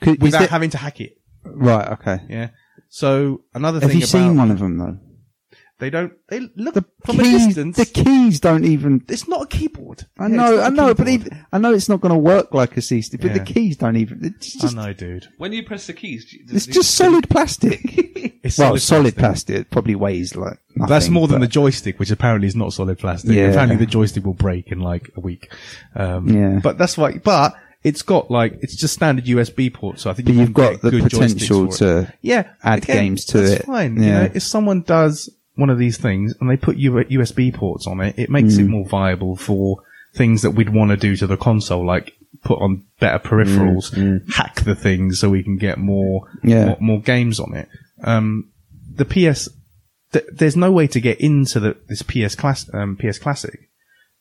C: Could- is
D: without
C: there-
D: having to hack it.
C: right? Okay.
D: Yeah. So another
C: Have
D: thing
C: you
D: about,
C: seen one of them though?
D: they don't, they look from a
C: Keys,
D: distance.
C: the keys don't even.
D: it's not a keyboard.
C: I
D: Yeah, it's
C: know,
D: not
C: I
D: a
C: know, but
D: keyboard.
C: even, I know it's not going to work like a C. But
D: Yeah.
C: the keys don't even. It's just,
D: I know, dude.
F: When you press the keys, do you- does
C: it's
F: the-
C: just solid plastic.
D: [LAUGHS] It's
C: [LAUGHS] well,
D: plastic.
C: solid plastic. It probably weighs like nothing,
D: That's more than
C: but-
D: the joystick, which apparently is not solid plastic.
C: Yeah.
D: Apparently, the joystick will break in like a week. Um,
C: Yeah.
D: But that's why. But it's got like it's just standard USB port, so I think
C: But
D: you
C: you've
D: can
C: got
D: get
C: the
D: good joysticks
C: potential
D: for it.
C: to
D: yeah
C: add games to
D: that's
C: it.
D: Fine. You
C: Yeah.
D: know, if someone does one of these things and they put U- USB ports on it, it makes it more viable for things that we'd want to do to the console, like put on better peripherals, hack the thing so we can get more,
C: Yeah.
D: more, more games on it. Um, the PS, th- there's no way to get into the, this PS class, um, PS Classic.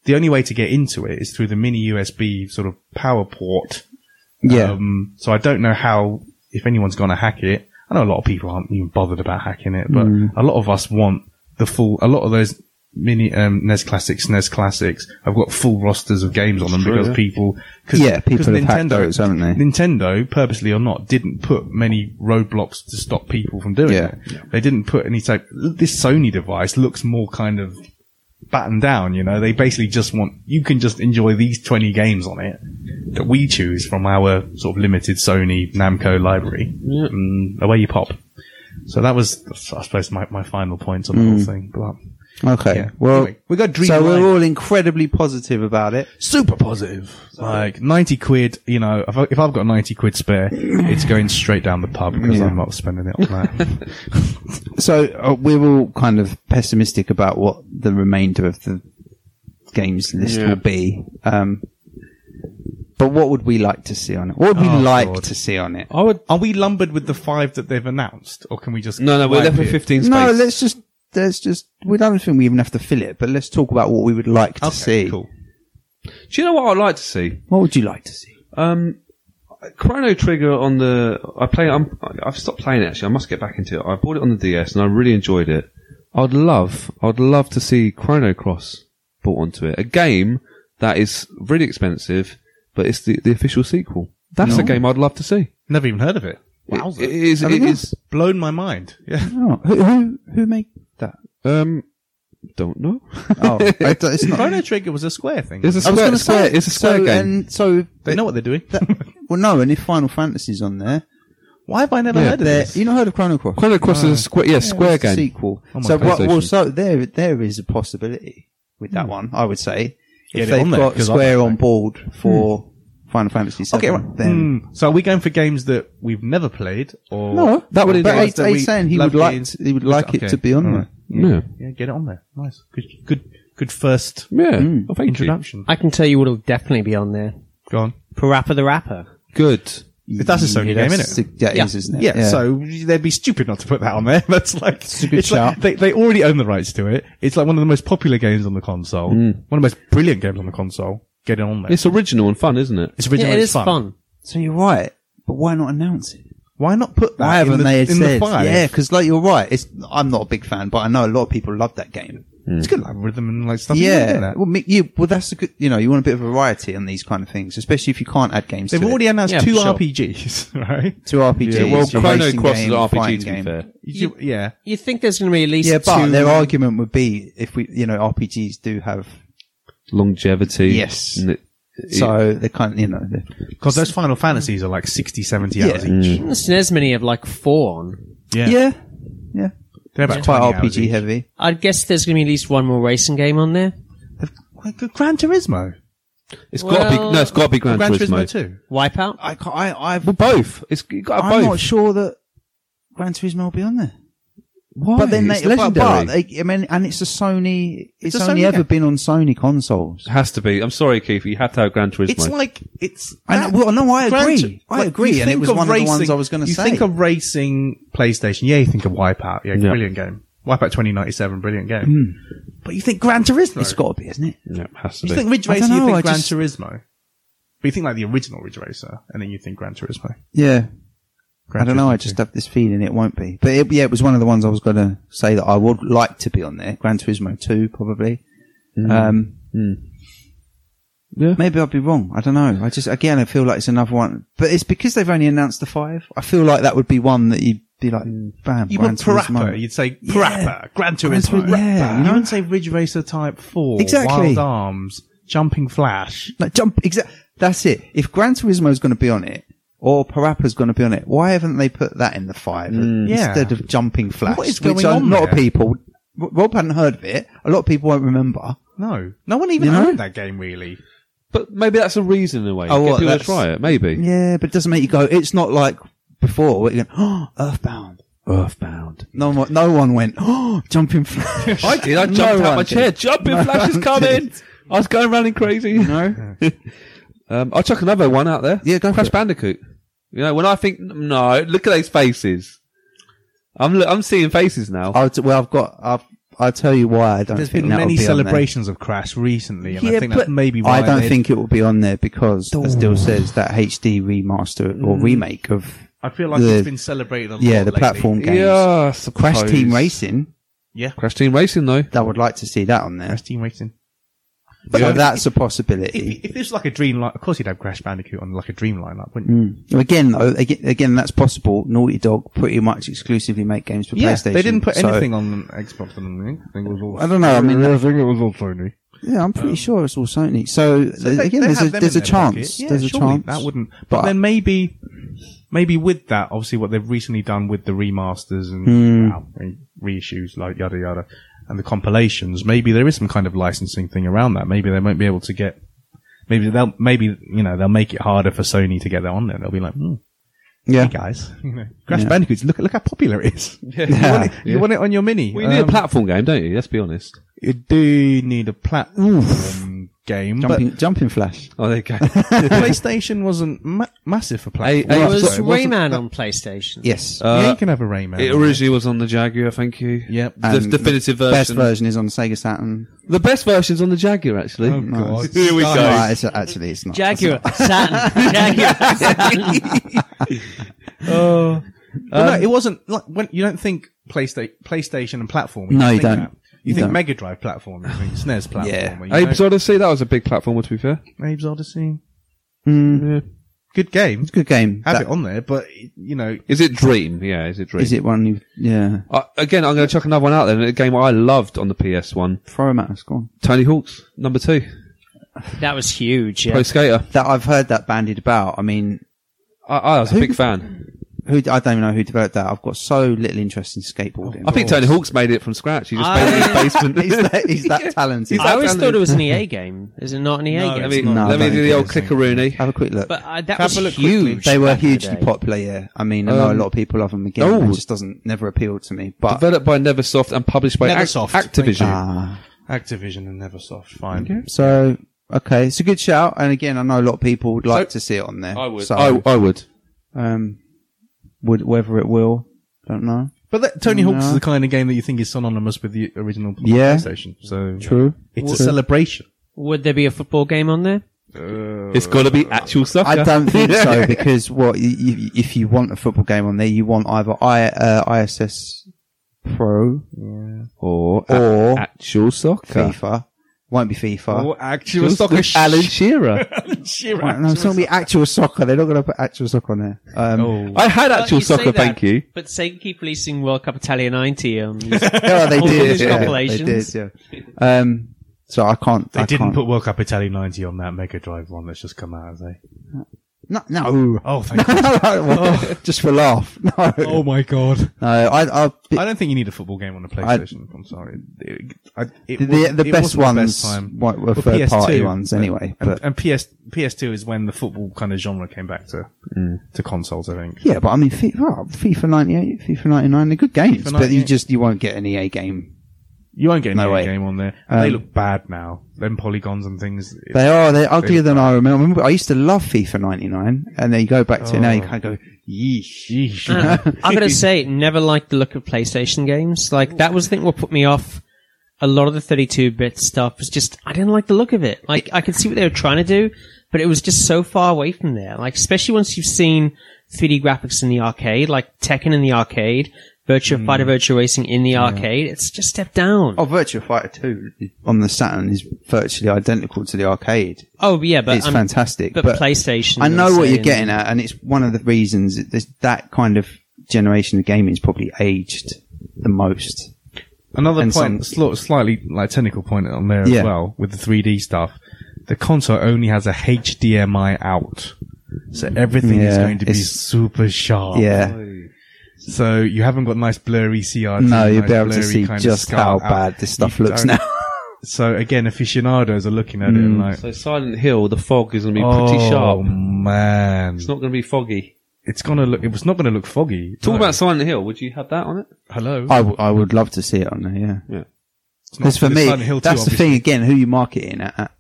D: The only way to get into it is through the mini USB sort of power port.
C: Yeah.
D: Um, so I don't know how, if anyone's going to hack it. I know a lot of people aren't even bothered about hacking it, but
C: Mm.
D: a lot of us want the full, a lot of those mini, um, NES classics, NES classics, I've got full rosters of games on them because people, cause,
C: Yeah,
D: 'cause
C: people have hacked those, haven't they?
D: Nintendo, purposely or not, didn't put many roadblocks to stop people from doing
C: Yeah.
D: it. They didn't put any type, this Sony device looks more kind of batten down, you know. They basically just want you can just enjoy these twenty games on it that we choose from our sort of limited Sony Namco library. And away you pop. So that was, I suppose, my, my final point on the whole thing. But
C: Okay.
D: Yeah.
C: Well,
D: Anyway, we got
C: So
D: Dreamliner.
C: we're all incredibly positive about it.
D: super positive, like ninety quid. You know, if, I, if I've got ninety quid spare, it's going straight down the pub because I'm not spending it on that.
C: So uh, we're all kind of pessimistic about what the remainder of the games list will be. Um, but what would we like to see on it? What would we
D: Oh,
C: like
D: God.
C: to see on it?
D: [LAUGHS] I would. Are we lumbered with the five that they've announced, or can we just
F: No, no, we're
D: wipe
F: left with
D: it?
F: 15 space.
C: No, let's just let's just. We don't think we even have to fill it, but let's talk about what we would like to
D: Okay,
C: see.
D: cool.
F: Do you know what I'd like to see?
C: What would you like to see?
F: Um, Chrono Trigger on the. I play. I'm, I've stopped playing it actually. I must get back into it. I bought it on the DS and I really enjoyed it. I'd love. I'd love to see Chrono Cross brought onto it. A game that is really expensive, but it's the, the official sequel. That's a game I'd love to see.
D: Never even heard of it. Wow,
F: It- it is.
C: Haven't
F: It
C: you?
F: is.
D: blown my mind. [LAUGHS] Yeah.
C: Oh, who who, who made that?
F: Um, don't know.
C: Oh, I don't- it's not.
D: Chrono Trigger was a square thing.
F: It's a
C: I was
F: square.
C: going to
F: square
C: say
F: it's a square
C: so,
F: game.
C: And so,
D: they know what they're doing.
C: well, no, and if Final Fantasy's on there,
D: [LAUGHS] Why have I never heard of
C: there-
D: this?
C: you know, heard of Chrono Cross?
F: Chrono Cross is a square. Uh, Yeah, square
C: It's a
F: game.
C: sequel.
D: Oh my
C: so what? Well,
F: PlayStation.
C: so there, there is a possibility with that one. I would say
D: Get
C: if
D: it
C: they've
D: on there,
C: got
D: 'cause I
C: Square
D: don't
C: on
D: think-
C: board for Final Fantasy VII,
D: Okay, right.
C: then
D: Hmm. So are we going for games that we've never played, or
C: no,
F: that would
C: Oh, But
F: entice
C: he's,
D: that
C: he's
D: we
C: saying he
D: love
C: would like
D: games.
C: to, he would like
D: Okay.
C: it to be on there.
F: Yeah.
D: yeah, get it on there? Nice, good, good, good first
F: Yeah. Oh, thank you.
D: introduction.
E: I can tell you what'll definitely be on there.
D: Go on.
E: Parappa the Rapper.
F: Good.
D: But that's a Sony game,
C: That's-
D: isn't it?
C: That
E: Yeah.
C: is, isn't it?
D: Yeah, so they'd be stupid not to put that on there. [LAUGHS] That's like,
C: good
D: it's like
C: shout.
D: they, they already own the rights to it. It's like one of the most popular games on the console, one of the most brilliant games on the console. Get it on there.
F: It's original and fun, isn't it?
D: It's original.
E: yeah, it
D: it's
E: is fun.
C: So you're right, but why not announce it?
D: Why not put that
C: Why
D: in,
C: haven't
D: the,
C: they
D: in
C: said?
D: the five?
C: Yeah, because like you're right. It's I'm not a big fan, but I know a lot of people love that game.
F: Hmm.
D: It's good algorithm and like stuff.
C: yeah,
D: Isn't it?
C: well, me- you, well, that's a good. You know, you want a bit of variety on these kind of things, especially if you can't add games.
D: They've
C: to it.
D: already announced
E: Yeah,
D: two
E: for sure.
D: RPGs, [LAUGHS] right?
C: two RPGs.
F: Yeah, well,
C: a
F: Chrono
C: racing
F: Cross is
C: game,
F: an
C: a
F: RPG,
C: fighting
F: to be
C: game.
F: fair.
D: You- yeah.
E: You think there's going to be at least
C: Yeah, but
E: two?
C: their
D: um,
C: argument would be if we, you know, RPGs do have,
F: Longevity.
C: Yes.
F: And it- it-
C: so they can't, you know, they're-
D: Because those Final Fantasies are like 60, 70 hours
C: Yeah.
D: each.
E: The SNES Mini have like four on.
D: Mm. Yeah.
C: yeah, yeah,
D: They're about
C: it's quite
D: 20 hours
C: RPG
D: each.
C: heavy.
E: I guess there's going to be at least one more racing game on there.
D: Like Gran Turismo.
F: It's got to be
E: Well-
F: no, it's got to be Gran,
D: Gran
F: Turismo.
D: Turismo 2.
E: Wipeout.
C: I can't, I, I've,
F: Well, both. It's you got to
C: I'm
F: Uh, both.
C: not sure that Gran Turismo will be on there.
F: Why?
C: But then
F: it's
C: they, but, but
F: legendary.
C: they, I mean, and it's a Sony. It's,
D: a
C: only
D: Sony
C: ever
D: game.
C: been on Sony consoles.
F: it has to be. I'm sorry, Keith. You have to have Gran Turismo.
D: It's like, it's.
C: And well, no, I
D: Gran
C: agree.
D: Tu-
C: I
D: like,
C: agree,
D: you
C: and it
D: think
C: was
D: of
C: one of the ones
D: racing-
C: I was gonna
D: You
C: say.
D: think of racing PlayStation, yeah, you think of Wipeout, yeah, brilliant game. Wipeout 2097, brilliant game.
C: Hmm.
D: But you think Gran Turismo.
C: It's got to be, isn't it?
F: yeah, it has to
D: you
F: be.
D: think Ridge
C: I don't
D: Racer, you
C: know,
D: think
C: I
D: Gran
C: just-
D: Turismo. But you think like the original Ridge Racer, and then you think Gran Turismo.
C: Yeah.
D: Gran
C: I don't know.
D: Turismo
C: I
D: 2.
C: just have this feeling it won't be. But it, yeah, it was one of the ones I was going to say that I would like to be on there. Gran Turismo 2, probably.
D: Mm.
C: Um,
F: Yeah.
C: Maybe I'll be wrong. I don't know. I just, again, I feel like it's another one. But it's because they've only announced the five. I feel like that would be one that you'd be like, bam,
D: Mm. You
C: Gran
D: want Parappa,
C: Turismo.
D: you'd say Parappa, Gran Turismo.
C: Turismo, yeah,
D: Parappa.
C: you
D: you
C: know?
D: wouldn't say Ridge Racer Type 4,
C: Exactly.
D: Wild Arms, Jumping Flash.
C: Like, jump, exact. That's it. If Gran Turismo is going to be on it, or Parappa's going to be on it, why haven't they put that in the five
D: Hmm. Yeah.
C: instead of Jumping Flash?
D: What is
C: which
D: going
C: a
D: on
C: lot of
D: there?
C: people, Rob hadn't heard of it. A lot of people won't remember.
D: No. No one even
C: You know?
D: owned that game, really.
F: but maybe that's a reason in a way.
C: Oh,
F: Get
C: what,
F: people to
C: that's-
F: try it. Maybe.
C: Yeah, but it doesn't make you go. It's not like before. Where you're going, oh, Earthbound.
F: Earthbound.
C: No one, no one went. Oh, jumping
D: [LAUGHS]
C: flash.
F: I did. I
C: No
F: jumped out
C: one
F: my
C: did.
F: chair. Jumping
C: No
F: flash is
C: one
F: coming.
C: did.
F: I was going running crazy.
C: No,
F: Um, I'll chuck another one out there.
C: Yeah, go for
F: Crash
C: it.
F: Bandicoot. You know, when I think no, look at those faces. I'm lo- I'm seeing faces now.
C: I'll t- well, I've got. I'll, I'll tell you why I don't.
D: There's
C: think
D: been
C: that'll
D: many
C: be on there.
D: celebrations of Crash recently, and
C: Yeah,
D: I think that's
C: but
D: maybe why
C: I don't
D: they-
C: think it will be on there because, as Dill says, that HD remaster or remake of
D: I feel like
C: the-
D: it's been celebrated a lot.
C: yeah the
D: Mm. lately.
C: platform games.
F: yeah,
C: Crash
F: suppose.
C: Team Racing.
D: Yeah,
F: Crash Team Racing though.
C: I would like to see that on there.
D: Crash Team Racing.
C: But
F: Yeah.
C: that's a possibility.
D: If, if it was like a dream line, of course you'd have Crash Bandicoot on like a dream lineup, wouldn't you?
C: Mm. Again, though, again, again, that's possible. Naughty Dog pretty much exclusively make games for
D: Yeah,
C: PlayStation.
D: they didn't put
C: so-
D: anything on Xbox. I don't think. I think it was all.
C: I don't know, I mean,
D: I think it was all Sony.
C: Yeah, I'm pretty sure it's all Sony. So,
D: Oh. So they-
C: again,
D: they
C: there's
D: have
C: a,
D: them
C: there's a
D: in their pocket.
C: chance.
D: Yeah,
C: there's a
D: surely
C: chance.
D: That wouldn't. But,
C: But-
D: then maybe, maybe with that, obviously, what they've recently done with the remasters and
C: Hmm.
D: well, re- reissues, like yada yada, and the compilations, maybe there is some kind of licensing thing around that. Maybe they won't be able to get. Maybe they'll maybe you know they'll make it harder for Sony to get that on there. They'll be like, hmm,
C: [LAUGHS] yeah.
D: hey guys, you know, Crash Bandicoot, look look how popular it
C: [LAUGHS]
D: is. You, want it, you want it on your mini.
F: Well, you need
D: Um,
F: a platform game, don't you? Let's be honest.
D: You do need a platform game, but
C: Jumping, jumping Flash.
F: Oh, there you go.
D: PlayStation wasn't ma- massive for platform.
F: Hey,
E: It
F: I'm
E: was
F: sorry, it wasn't-
E: Rayman on PlayStation.
C: Yes.
F: Uh,
D: yeah, you can have a Rayman.
F: it originally was Oh, on the Jaguar. Thank you.
D: Yep.
F: The
C: And
F: definitive
C: the
F: version.
C: Best version is on Sega Saturn.
F: The best version's on the Jaguar, actually.
D: Oh, God.
F: [LAUGHS]
D: [LAUGHS]
F: Here we
C: No,
F: go.
C: it's, actually, it's not.
E: Jaguar, Saturn, Jaguar, Saturn.
F: Uh,
D: Well, no, it wasn't. Like, when, you don't think PlayStation, PlayStation and platform.
C: No, you
D: think
C: don't.
D: that.
C: You
D: You think
C: don't.
D: Mega Drive platform. You think SNES platform.
C: Yeah.
D: You
F: Abe's
D: know,
F: Odyssey, that was a big platformer, to be fair.
D: Abe's Odyssey.
C: Mm,
D: Good game.
C: good game.
D: Have
C: That-
D: it on there, but you know,
F: Is it Dream? Yeah, is it Dream?
C: Is it one you, yeah.
F: Uh, again, I'm going to chuck another one out there. A game I loved on the PS1.
C: Throw 'em at us, go on.
F: Tony Hawk's, number two.
E: That was huge. Yeah.
F: Pro Skater.
C: That I've heard that bandied about. I mean,
F: I, I was a big fan.
C: who, I don't even know who developed that. I've got so little interest in skateboarding.
F: I think Tony Hawk's made it from scratch. He just
E: I-
F: made it in his basement.
C: [LAUGHS] he's that, he's that talented.
E: I always thought it was an EA game. Is it not an EA game?
F: [LAUGHS] let me,
C: No, I
F: let me
C: don't
F: do the
C: think
F: old
D: it's the same.
F: clickaroonie.
C: Have a quick look.
E: But uh, that
D: Have
E: was
D: a look quickly.
E: huge.
C: they were
E: back in the
C: hugely
E: day.
C: popular. Yeah, I mean, I know a lot of people love them again.
F: oh.
C: they just doesn't never appealed to me. But
F: Developed by Neversoft and published by Ac-
D: Neversoft.
F: Activision.
C: ah,
D: Activision and NeverSoft. Fine.
C: so okay, it's a good shout. And again, I know a lot of people would like to see it on there. I would. So,
F: Oh, I, I would.
C: um, would whether it will, don't know.
D: But that, Tony Hawk's
C: No.
D: is the kind of game that you think is synonymous with the original
C: Yeah.
D: PlayStation. So
C: True.
D: it's a celebration.
E: Would there be a football game on there?
F: it's got to be actual stuff.
C: I
F: yeah?
C: don't
D: [LAUGHS]
C: think so because what you, you, if you want a football game on there, you want either I, uh, ISS Pro
F: Or, a-
C: Or-
F: actual soccer.
C: FIFA. Won't be FIFA.
D: Or
C: [LAUGHS]
D: actual
F: With Alan Shearer.
D: Shearer.
C: Right, no, it's going to be actual soccer. They're not going to put actual soccer on there.
D: Oh.
C: Um,
D: [LAUGHS]
C: [LAUGHS]
F: I had
E: Well,
F: actual
E: you say
F: soccer,
E: that,
F: thank you.
E: But Sega keep releasing World Cup Italia 90. Um,
C: Yeah, they
E: All
C: did.
E: these
C: Yeah, they
E: compilations.
C: did. Yeah. Um, so I can't.
D: They
C: I
D: didn't
C: can't.
D: put World Cup Italy 90 on that Mega Drive one that's just come out, have they?
C: No, no.
D: Oh, thank
C: [LAUGHS] No, no, no. [LAUGHS] Just for laugh. No,
D: Oh my god.
C: no. I, I,
D: I don't think you need a football game on a PlayStation. I, am sorry. It, I, it
C: the
D: wasn't-
C: the
D: it
C: best
D: wasn't
C: ones
D: the best time.
C: were- were
D: Well,
C: third party
D: PS2,
C: ones anyway.
D: And,
C: But
D: and PS PS2 is when the football kind of genre came back to
C: Mm.
D: to consoles. I think.
C: yeah, but I mean, FIFA, oh, FIFA 98, FIFA 99, they're good games,
D: FIFA
C: but you
D: 98.
C: just you won't get an EA game.
D: You won't get
C: No
D: any
C: way.
D: game on there.
C: Um,
D: they look bad now. Them polygons and things. it-
C: They are they're uglier than I remember. I remember. I used to love FIFA 99, and then you go back to it now,
D: Oh.
C: you kind of go, yeesh.
D: Yeesh. [LAUGHS]
E: I'm
C: [LAUGHS]
E: gonna say, never liked the look of PlayStation games. Like that was the thing what put me off. A lot of the 32-bit stuff was just I didn't like the look of it. Like I could see what they were trying to do, but it was just so far away from there. Like especially once you've seen 3D graphics in the arcade, like Tekken in the arcade, Virtua Fighter Virtua Racing in the arcade. It's just step down.
C: Hmm. Oh, Virtua Fighter 2 on the Saturn is virtually identical to the arcade.
E: Oh yeah, but
C: it's
E: I'm-
C: fantastic.
E: But,
C: but
E: PlayStation.
C: I know
E: is
C: what you're
E: saying-
C: getting at, and it's one of the reasons that this, that kind of generation of gaming is probably aged the most.
D: Another
C: and
D: point, sli- slightly like technical point on there as
C: Yeah.
D: well with the 3D stuff. The console only has a HDMI out, so everything is
C: Yeah,
D: going to be
C: it's-
D: super sharp.
C: yeah,
D: So you haven't got nice blurry CRT.
C: no, you'll
D: nice
C: be able to
D: blurry
C: see
D: kind of
C: just
D: scar
C: how
D: out.
C: bad this stuff
D: You
C: looks
D: don't-
C: now. [LAUGHS] Mm.
D: So again, aficionados are looking at it and like,
F: So Silent Hill, the fog is going to be
D: oh
F: pretty sharp.
D: man,
F: It's not going to be foggy.
D: it's gonna look. It was not gonna look foggy.
F: Talk
D: no.
F: about Silent Hill. Would you have that on it? Mm,
D: hello.
C: I, w- I would love to see it on there. Yeah,
F: Yeah.
D: It's not-
C: because for
D: it's
C: me,
D: Silent Hill 2,
C: that's the
D: obviously.
C: thing again. Who you marketing at?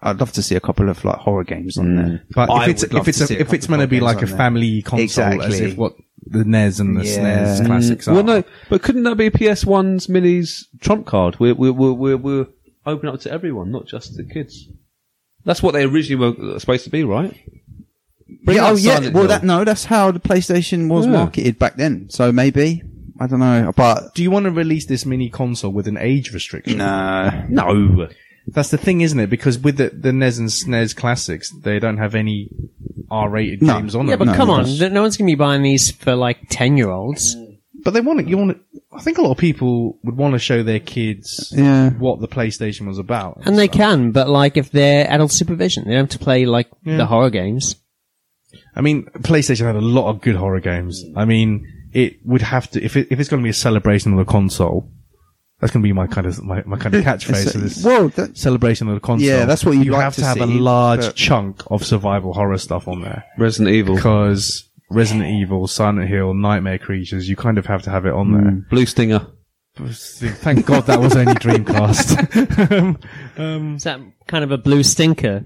C: I'd love to see a couple of like horror games on there.
D: But
C: I
D: if it's
C: would love
D: if it's
C: to see
D: a, if
C: couple
D: it's
C: of
D: meant to
C: horror
D: be
C: games
D: like a
C: on there.
D: family console, as
C: Exactly.
D: if what the NES and the
C: Yeah.
D: SNES classics are.
F: Well, no, but couldn't that be PS1's Minis trump card? We're, we're, we're, we're, we're open up to everyone, not just the kids. That's what they originally were supposed to be, right? Bring
C: yeah,
F: out
C: oh yeah.
F: Silent
C: Well,
F: Hill.
C: that no, that's how the PlayStation was
F: Yeah.
C: marketed back then. So maybe I don't know, but
D: Do you want to release this mini console with an age restriction?
C: no,
F: No.
D: That's the thing, isn't it? Because with the, the NES and SNES classics, they don't have any R-rated
C: No.
D: games on
E: Yeah,
D: them.
E: but
C: No,
E: come
C: no.
E: on, th- no one's gonna be buying these for like ten year olds.
D: But they want it. You want it. I think a lot of people would want to show their kids
C: Yeah.
D: what the PlayStation was about.
E: And they can, but like if they're adult supervision, they don't have to play like the horror games.
D: I mean, PlayStation had a lot of good horror games.
C: Mm.
D: I mean, it would have to if it, if it's going to be a celebration of the console. That's going to be my kind of my, my kind
C: [LAUGHS]
D: of catchphrase for this
C: well, that,
D: celebration of the console.
C: Yeah, that's what you'd
D: you
C: like
D: have to,
C: to
D: have a
C: see,
D: large
C: but-
D: chunk of survival horror stuff on there
F: Resident Evil.
D: because Resident Evil, Silent Hill, Nightmare Creatures, you kind of have to have it on there.
F: Blue Stinger.
C: Mm.
D: Thank God that was only
C: [LAUGHS]
D: Dreamcast. [LAUGHS]
E: Is that kind of a blue stinker?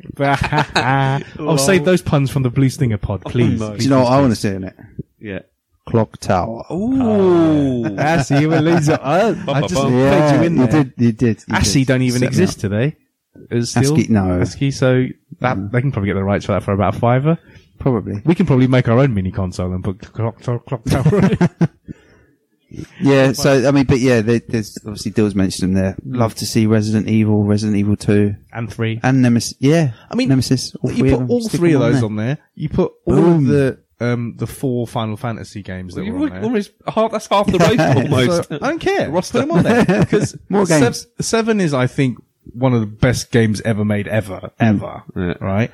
D: I'll save those puns from the Blue Stinger
C: Oh
D: pod, please.
C: do you know what I want to see in it?
F: Yeah.
C: Clock Tower.
F: Ooh.
D: Assie, you were
C: [LAUGHS]
D: loser. I, I just
F: bum.
D: played you in there.
C: did. You did. you
D: ASCII
C: did.
D: don't even
C: Set me
D: exist today. Is still
C: ASCII- no. Mm-hmm.
D: ASCII, so that, they can probably get the rights for that for about a fiver.
C: up, probably.
D: We can probably make our own mini console and put clock, clock, clock tower. on
C: [LAUGHS]
D: it.
C: Yeah. So I mean, but yeah, there, there's obviously Dill's mentioned them there. Love to see Resident Evil, Resident Evil Two,
D: and three.
C: and Nemesis. Yeah.
D: I mean,
C: Nemesis. All
D: you
C: three
D: put
C: of them.
D: all
C: Stick
D: three of
C: them
D: those
C: there.
D: on there. You put all
C: Boom.
D: of the um the four Final Fantasy games that
F: You
D: were on
F: were
D: there.
F: almost half, that's half the race almost.
D: So, I don't care.
F: Roster.
D: Put them on
C: [LAUGHS]
D: there because
C: More
D: Sev-
C: games.
D: Seven is, I think, one of the best games ever made, ever,
C: Mm.
D: ever.
F: Yeah.
D: Right?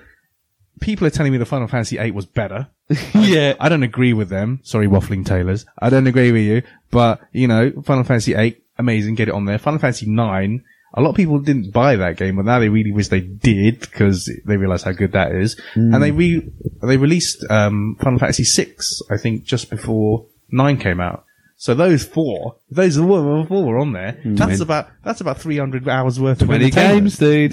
D: People are telling me the Final Fantasy VIII was better. yeah, I don't agree with them. Sorry, waffling tailors. I don't agree with you, but you know, Final Fantasy VIII, amazing, get it on there. Final Fantasy IX. A lot of people didn't buy that game, but now they really wish they did because they realize how good that is. And they re they released um, Final Fantasy VI, I think, just before nine came out. So those four, those are the four four were on there. That's about that's about three hundred hours worth of
F: Many
D: entertainment.
F: games, dude.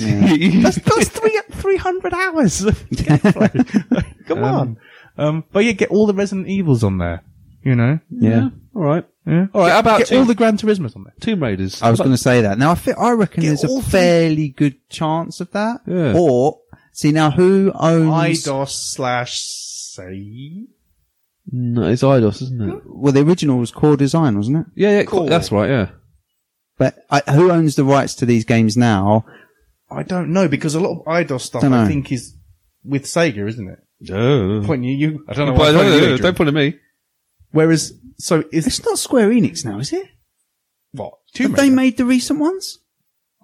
D: That's, that's three three hundred hours. of [LAUGHS] gameplay. [LAUGHS] Come on. Um, but yeah, get all the Resident Evils on there. You know,
C: [LAUGHS] Yeah.
F: All right.
D: yeah.
F: All right, how about
D: get
F: two-
D: all the Gran Turismo's on there.
F: Tomb Raiders.
C: I was going to say that. Now I think I reckon there's a
D: all three-
C: fairly good chance of that.
F: Yeah.
C: Or see now who owns?
D: IDOS slash say
F: no, it's IDOS, isn't it?
C: Well, the original was Core Design, wasn't it?
F: Yeah, yeah, cool. that's right, yeah.
C: But I, who owns the rights to these games now?
D: I don't know because a lot of IDOS stuff
C: Dunno.
D: I think is with Sega, isn't it?
F: No.
D: Point you, you I don't know. why
F: But
D: I'm pointing
F: no, no,
D: you,
F: no,
D: Adrian.
F: don't point at me.
D: Whereas, so is
C: It's not Square Enix now, is it?
D: what Tomb
C: Have they
D: Raider?
C: made the recent ones?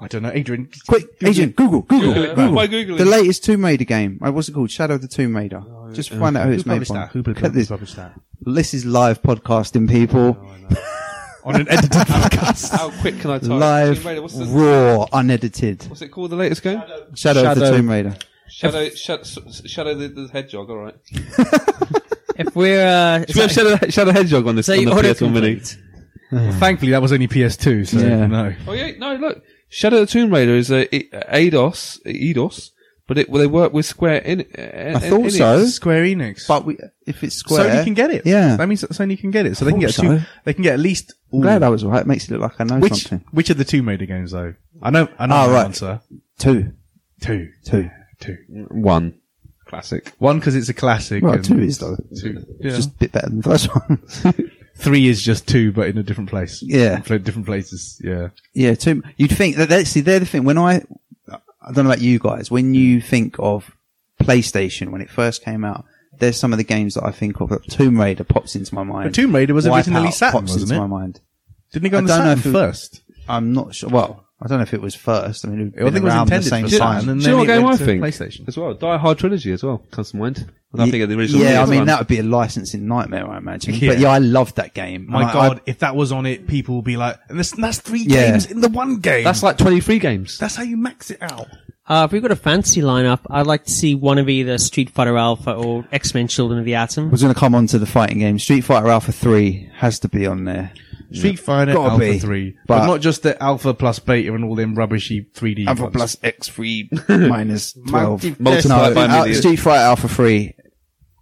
D: I don't know, Adrian.
C: Quick, agent, Google, Google,
F: Google it.
C: Google.
F: Why Googling? Oh,
C: The latest Tomb Raider game. Uh, What's it called? Shadow of the Tomb Raider. Just find out who
D: Who
C: oh, it's made
D: published
C: by.
D: that? Who
C: Look at this.
D: published that?
C: This is live podcasting, people.
F: Oh,
D: On an edited [LAUGHS] podcast.
F: How quick can I type?
C: Live,
F: Tomb Raider, what's, the,
C: raw, unedited.
F: what's it called, the latest game?
C: Shadow, of the
E: Shadow.
C: Tomb Raider.
F: Shadow, Shadow, Shadow the, the Hedgehog, all right.
E: If we're [LAUGHS] uh,
F: Do we have Shadow, Shadow Hedgehog on this
E: say
F: on the PS1 Mini?
E: autocomplete,
D: Thankfully, that was only PS2, so
C: Yeah.
D: no.
F: Oh yeah, no, look, Shadow of the Tomb Raider is a a- ADOS, EDOS, but it, well, they work with Square. In, uh,
C: I thought so.
D: Square Enix.
C: But we, if it's Square,
D: Sony can get it.
C: Yeah.
D: that means that Sony can get it. So they can
C: thought
D: get two,
C: so.
D: they can get at least.
C: I'm
D: All,
C: glad I was right. It makes it look like I know
D: Hmm. which
C: something.
D: which are the two Raider games though? I know. I know
C: Ah,
D: the
C: right.
D: answer.
C: Two,
D: Two,
C: two.
D: two.
F: One classic.
D: One because it's a classic.
C: Well,
D: and
C: two is though.
D: two.
C: It's just a bit better than the first [LAUGHS] one.
D: Three is just two, but in a different place.
C: Yeah.
D: Fl- different places. Yeah,
C: Yeah, tomb. You'd think that. That's, see, they're the thing. When I, I don't know about you guys. When you
D: Hmm.
C: think of PlayStation when it first came out, there's some of the games that I think of. That Tomb Raider pops into my mind.
D: But Tomb Raider was originally
C: Wipeout
D: Saturn,
C: pops
D: wasn't
C: into
D: it?
C: my mind.
D: didn't it go
C: I
D: on the
C: don't know
D: Saturn
C: if it-
D: first?
C: I'm not sure. Well, I don't know if it was first. I mean, it'd
D: I think it
C: been
D: was
C: around the
D: intended
C: same
D: for
C: time.
D: Saturn and
F: Do you know
D: then
F: what
D: it
F: game I
D: went to
F: think?
D: PlayStation.
F: As well, Die Hard trilogy as well comes to mind. I don't think of the original.
C: yeah, I
F: one.
C: mean that would be a licensing nightmare, I imagine.
D: Yeah.
C: But yeah, I loved that game.
D: My
C: And I-
D: God,
C: I-
D: if that was on it, people would be like, "And this, that's three
C: Yeah.
D: games in the one game.
F: that's like twenty-three games.
D: that's how you max it out."
E: uh, if we've got a fancy lineup, I'd like to see one of either Street Fighter Alpha or X Men Children of the Atom.
C: was going to come on to the fighting game. Street Fighter Alpha Three has to be on there.
D: Street Fighter
C: Gotta
D: Alpha
C: be.
D: 3. But,
C: But-
D: not just the Alpha plus Beta and all them rubbishy 3D
C: Alpha
D: ones.
C: plus X three [LAUGHS]
D: [LAUGHS]
C: minus twelve.
A: Multiplied by
C: Al-
A: million.
C: Street Fighter Alpha three.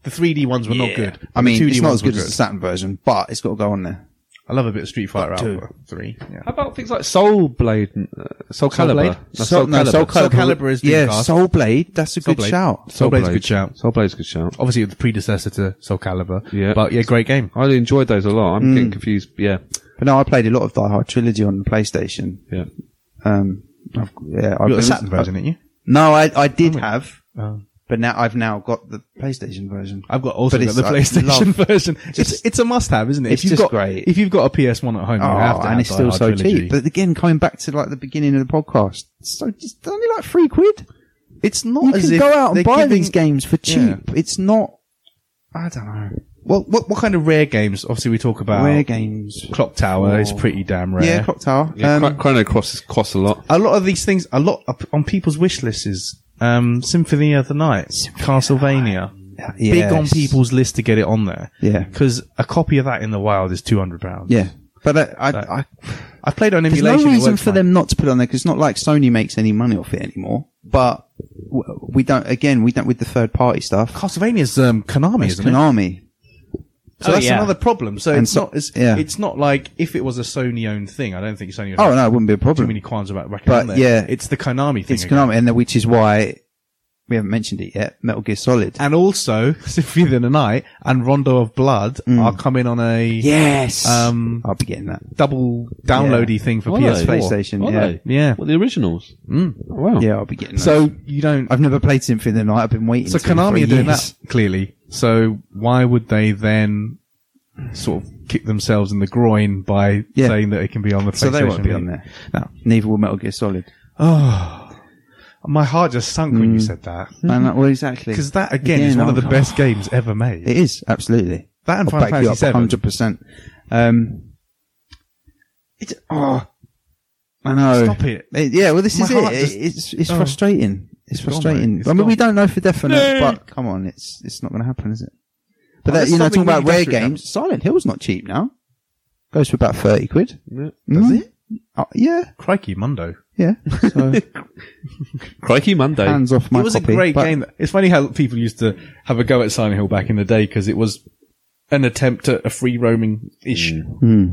D: The 3D ones were not good.
C: I mean,
D: the 2D
C: it's not
D: ones
C: as good
D: were
C: as the Saturn version, but it's got to go on there.
D: I love a bit of Street Fighter
C: Got
D: Alpha 3. Yeah.
F: How about things like Soul Blade, and, uh, Soul Calibur?
D: Blade?
F: No,
C: Soul- no, Soul
D: Soul Calibur is
C: yeah,
D: Dreamcast.
C: Soul Blade. That's a
D: Soul
C: good
D: Blade.
C: shout.
D: Soul Blade's a good shout.
F: Soul Blade's a good shout.
D: Obviously, the predecessor to Soul Calibur.
F: Yeah.
D: But yeah, great game.
F: I enjoyed those a lot. I'm getting confused. Yeah,
C: But no, I played a lot of Die Hard trilogy on the PlayStation.
F: yeah.
C: Um, I've, yeah,
D: You got
C: I've been- uh,
D: the Saturn version, didn't you?
C: No, I, I did
D: Oh.
C: have, but now I've now got the PlayStation version.
D: I've got also
C: But
D: got
C: it's-
D: the
C: I
D: PlayStation [LAUGHS]
C: love-
D: version. it's
C: just-
D: it's a must have, isn't it?
C: It's
D: if you've
C: just
D: got
C: great.
D: if you've got a PS One at home, you have
C: Oh,
D: to.
C: and
D: have
C: it's
D: Die
C: still
D: Hard
C: so
D: trilogy.
C: cheap. But again, coming back to like the beginning of the podcast, so it's only like three quid. It's not
D: You
C: as
D: can
C: if
D: go out and
C: they're
D: buy
C: giving
D: these-
C: games for cheap.
D: Yeah.
C: It's not. I don't know.
D: Well, what what kind of rare games? Obviously, we talk about
C: Rare games. Oh.
D: Clock Tower is pretty damn rare.
C: Yeah, Clock Tower.
F: yeah
C: um,
F: Chron- Chrono Cross is- costs a lot.
D: a lot of these things, a lot up on people's wish lists is um, Symphony of the Night, Castlevania.
C: Um,
D: Big on
C: yes.
D: people's list to get it on there.
C: Yeah.
D: because a copy of that in the wild is two hundred pounds.
C: yeah. But I, I, I,
D: I played on
C: there's
D: emulation.
C: no
D: it
C: reason
D: works
C: for
D: fine.
C: them not to put it on there because it's not like Sony makes any money off it anymore. But w- we don't. Again, we don't with the third party stuff.
D: Castlevania's um, Konami,
C: It's
D: isn't it?
C: Konami.
D: So
E: Oh,
D: that's
E: yeah.
D: another problem. So
C: And
D: it's
C: so-
D: not as
C: yeah.
D: it's not like if it was a Sony owned thing. I don't think Sony. Would
C: Oh
D: have
C: no, it wouldn't be a
D: too
C: problem.
D: many qualms about racking
C: But,
D: on there.
C: yeah.
D: it's the Konami thing.
C: It's
D: again.
C: Konami, and then- which is why we haven't mentioned it yet. Metal Gear Solid.
D: And also, [LAUGHS] Symphony of the Night and Rondo of Blood are coming on a
C: Mm. Yes.
D: Um,
C: I'll be getting that.
D: double downloady thing for
F: Are
D: PS4.
F: they?
C: PlayStation,
F: Are
C: yeah.
F: they?
D: Yeah.
F: Well, the originals. Mm. wow.
C: Yeah, I'll be getting that.
D: So you don't.
C: I've never played Symphony of the Night. I've been waiting.
D: so
C: for
D: Konami
C: three
D: are doing
C: years. [LAUGHS]
D: that clearly. So why would they then sort of kick themselves in the groin by
C: Yeah.
D: saying that it can be on the PlayStation?
C: So they won't be on
D: Vita?
C: there. Neither will Metal Gear Solid.
D: My heart just sunk when you said that
C: And that- well, exactly.
D: because that again, is
C: Mm. Hmm. Again,
D: one of the
C: I'm-
D: best games ever made.
C: It is absolutely.
D: That and
C: I'll
D: Final
C: back you
D: Fantasy
C: up
D: VII.
C: hundred percent. Um, it's oh, I know.
D: Stop it.
C: yeah, well, this
D: My
C: is
D: heart
C: it.
D: just-
C: it's it's
D: Oh.
C: frustrating. It's
D: gone, mate.
C: frustrating.
D: It's
C: I mean, we
D: gone.
C: don't know for definite, but come on, it's it's not going to happen, is it? But
D: Oh,
C: that,
D: there's
C: you know, talking
D: something
C: about
D: really
C: rare
D: desperate
C: games, Silent Hill's not cheap now. Goes for about thirty quid.
F: Yeah.
C: Does it? Oh, yeah,
D: Crikey, Mundo. [LAUGHS]
C: yeah. So
F: Crikey Monday.
C: hands off my
D: it was
C: copy,
D: a great
C: but-
D: game. It's funny how people used to have a go at Silent Hill back in the day because it was an attempt at a free roaming ish Hmm.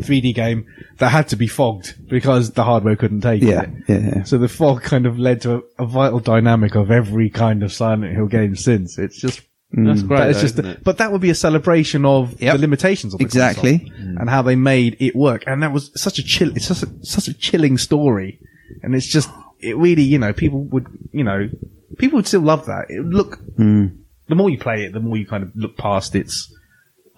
D: 3D game that had to be fogged because the hardware couldn't take
C: Yeah,
D: it.
C: yeah, yeah.
D: So the fog kind of led to a, a vital dynamic of every kind of Silent Hill game since. It's just.
C: Hmm.
D: That's great. But, it's just but that would be a celebration of
C: Yep.
D: the limitations of the
C: Exactly.
D: console and how they made it work. And that was such a chill. It's such a, such a chilling story, and it's just it really you know people would you know people would still love that. It would look the more you play it, the more you kind of look past its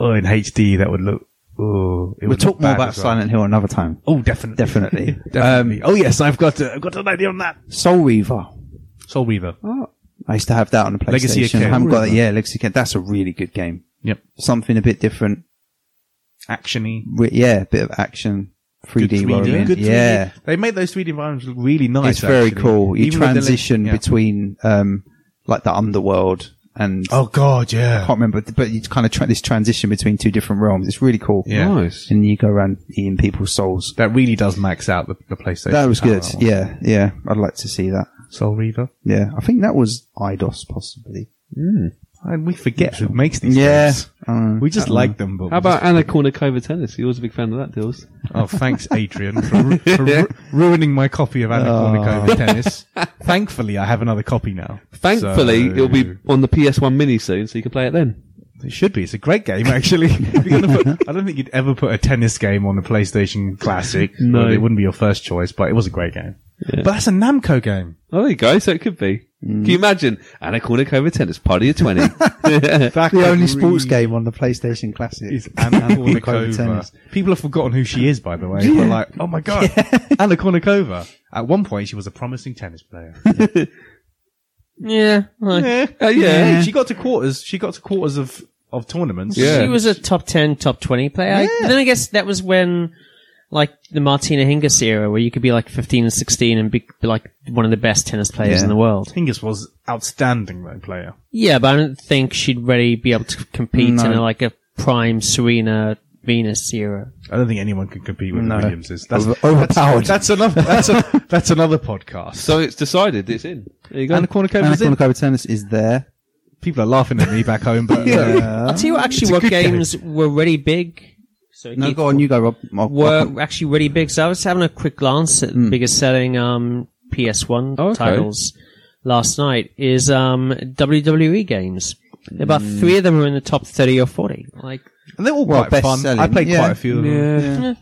D: oh in HD that would look oh it
C: We'll
D: would look
C: talk more
D: bad
C: about
D: as well.
C: Silent Hill another time.
D: Oh, definitely,
C: Definitely.
D: [LAUGHS] definitely. oh yes, I've got uh, I've got an idea on that.
C: Soul Reaver.
D: Soul Reaver.
C: I used to have that on the PlayStation.
D: Legacy of Kain.
C: I haven't got that. Yeah, Legacy of Kain. That's a really good game.
D: Yep,
C: Something a bit different.
D: actiony.
C: Re- yeah, a bit of action. 3D,
D: Good 3D.
C: world.
D: Good 3D.
C: yeah.
D: They made those 3D environments look really nice.
C: It's very
D: actually.
C: cool. You
D: Even with the li-
C: transition
D: yeah.
C: between, um, like the underworld and
D: Oh god, yeah.
C: I can't remember, but you kind of tra- this transition between two different realms. It's really cool.
D: Yeah.
F: Nice.
C: And you go around eating people's souls.
D: That really does max out the, the PlayStation.
C: That was
D: power,
C: good.
D: that one.
C: Yeah, yeah. I'd like to see that.
D: Soul Reaver.
C: Yeah, I think that was IDOS possibly.
D: And we forget who makes these
C: Yeah.
D: games.
C: Um,
D: We just like them, but
F: How about Anna Kournikova Tennis? You was a big fan of that, Dills.
D: oh, thanks, Adrian,
C: [LAUGHS]
D: for, ru- for ru- ruining my copy of Anna
C: Oh.
D: Kournikova Tennis. Thankfully, I have another copy now.
F: Thankfully,
D: So-
F: it'll be on the PS1 Mini soon, so you can play it then.
D: It should be. It's a great game, actually. [LAUGHS] If you're gonna put- I don't think you'd ever put a tennis game on the PlayStation Classic.
F: No.
D: Well, it wouldn't be your first choice, but it was a great game. But that's a Namco game.
F: Oh, there you go. So it could be.
D: Mm.
F: Can you imagine Anna Kournikova Tennis Party Uh,
D: [LAUGHS]
F: of [LAUGHS] 20?
D: That
C: the
D: could
C: only sports
D: really-
C: game on the PlayStation Classic
D: is
C: [LAUGHS]
D: Anna Kournikova.
C: Tennis.
D: People have forgotten who she is, by the way. But like, oh my
C: [LAUGHS]
D: god, Anna Kournikova. At one point, she was a promising tennis player.
E: Yeah. like,
F: Uh, yeah.
D: Hey, she got to quarters. She got to quarters of of tournaments.
F: Yeah.
E: She was a top 10, top 20 player. I- but then I guess that was when, like, the Martina Hingis era, where you could be like 15 and 16 and be, be, like one of the best tennis players
C: Yeah.
E: in the world.
D: Hingis was outstanding though player.
E: Yeah, but I don't think she'd really be able to compete
C: No.
E: in a, like a prime Serena Venus Zero.
D: I don't think anyone can compete with the
C: No.
D: Williamses. That's
C: Over- overpowered.
D: That's, that's another. That's,
C: [LAUGHS]
D: a, that's another podcast.
F: So it's decided. It's in. There you go.
D: and the cornucopia
C: Anna
D: is in.
C: Kournikova Tennis is there.
D: People are laughing at me back home, but uh,
E: I'll tell you
D: It's
E: what, actually,
D: a
E: what
D: good game.
E: games were really big. So
C: No,
E: Keith,
C: go on, you go, Rob. I'll- I'll-
E: Were actually really big. So I was having a quick glance at
D: Hmm.
E: the biggest selling um, PS1
D: Oh,
F: Okay.
E: titles last night. Is um, WWE games. About
D: Hmm.
E: three of them are in the top thirty or forty. Like
D: and they're all
C: Well,
D: quite fun.
C: best-selling,
D: I played
C: yeah.
D: quite a few of them.
F: yeah.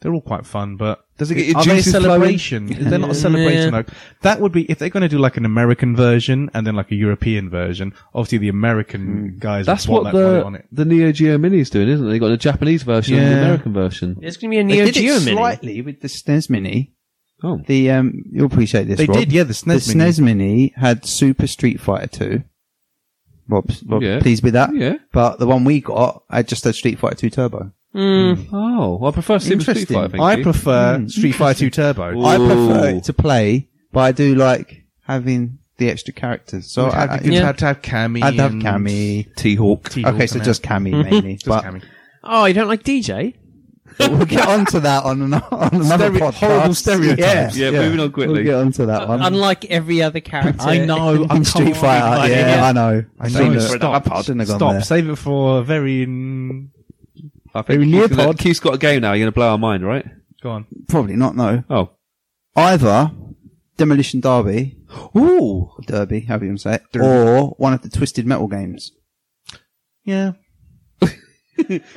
D: They're all quite fun, but does
F: it get your
D: are they a
F: juices flowing?
D: celebration? Is there not
F: [LAUGHS]
D: a celebration?
E: Yeah.
D: Like, that would be if they're going to do like an American version and then like a European version. Obviously, the American guys
F: That's
D: would
F: what
D: want that
F: the
D: money on it.
F: the Neo Geo Mini's doing, isn't it? They got the Japanese version and
D: Yeah.
F: the American version.
E: there's going to be a
C: They
E: Neo
C: did
E: Geo
C: it
E: Mini.
C: slightly with the SNES Mini.
F: Oh,
C: The um, you'll appreciate this.
D: They
C: Rob.
D: did, yeah, the SNES
C: the
D: Mini.
C: SNES Mini had Super Street Fighter Two. Rob, Rob
F: Yeah.
C: pleased with that?
F: Yeah.
C: But the one we got, I just had Street Fighter Two Turbo.
F: oh, well, I prefer Super Street
C: Interesting.
F: Fighter. Thank
D: I
F: you.
D: prefer Street Fighter 2 Turbo.
C: I
F: Ooh.
C: prefer it to play, but I do like having the extra characters. So
D: I'd
C: uh, I,
D: have, you'd
E: Yeah.
D: have to have Cammy.
C: I'd have
D: and
C: Cammy.
F: T-Hawk.
D: T-Hawk
C: Okay, so
D: and
C: just
F: [LAUGHS]
C: Cammy mainly.
D: that.
C: but
D: just Cammy.
E: Oh, you don't like DJ?
C: we'll get onto that on, an, on another
D: Stereo-
C: podcast.
D: horrible stereotypes.
F: Yeah, moving on quickly.
C: We'll get onto that one.
E: Unlike every other character,
D: Hmm. I know. I'm
C: I'm Street Fighter. Yeah, I know.
D: I
C: shouldn't
D: know.
C: have-
D: Stop.
C: I shouldn't have gone
D: Stop.
C: there.
D: Save it for a very. mm,
F: I think
D: Maybe
F: Keith's gonna-
D: Neopod.
F: Keith's got a game now. You're going to blow our mind, right?
D: Go on.
C: Probably not. No.
F: Oh,
C: Either Demolition Derby,
F: ooh,
C: or Derby, however you want to say it, or one of the Twisted Metal games.
D: Yeah.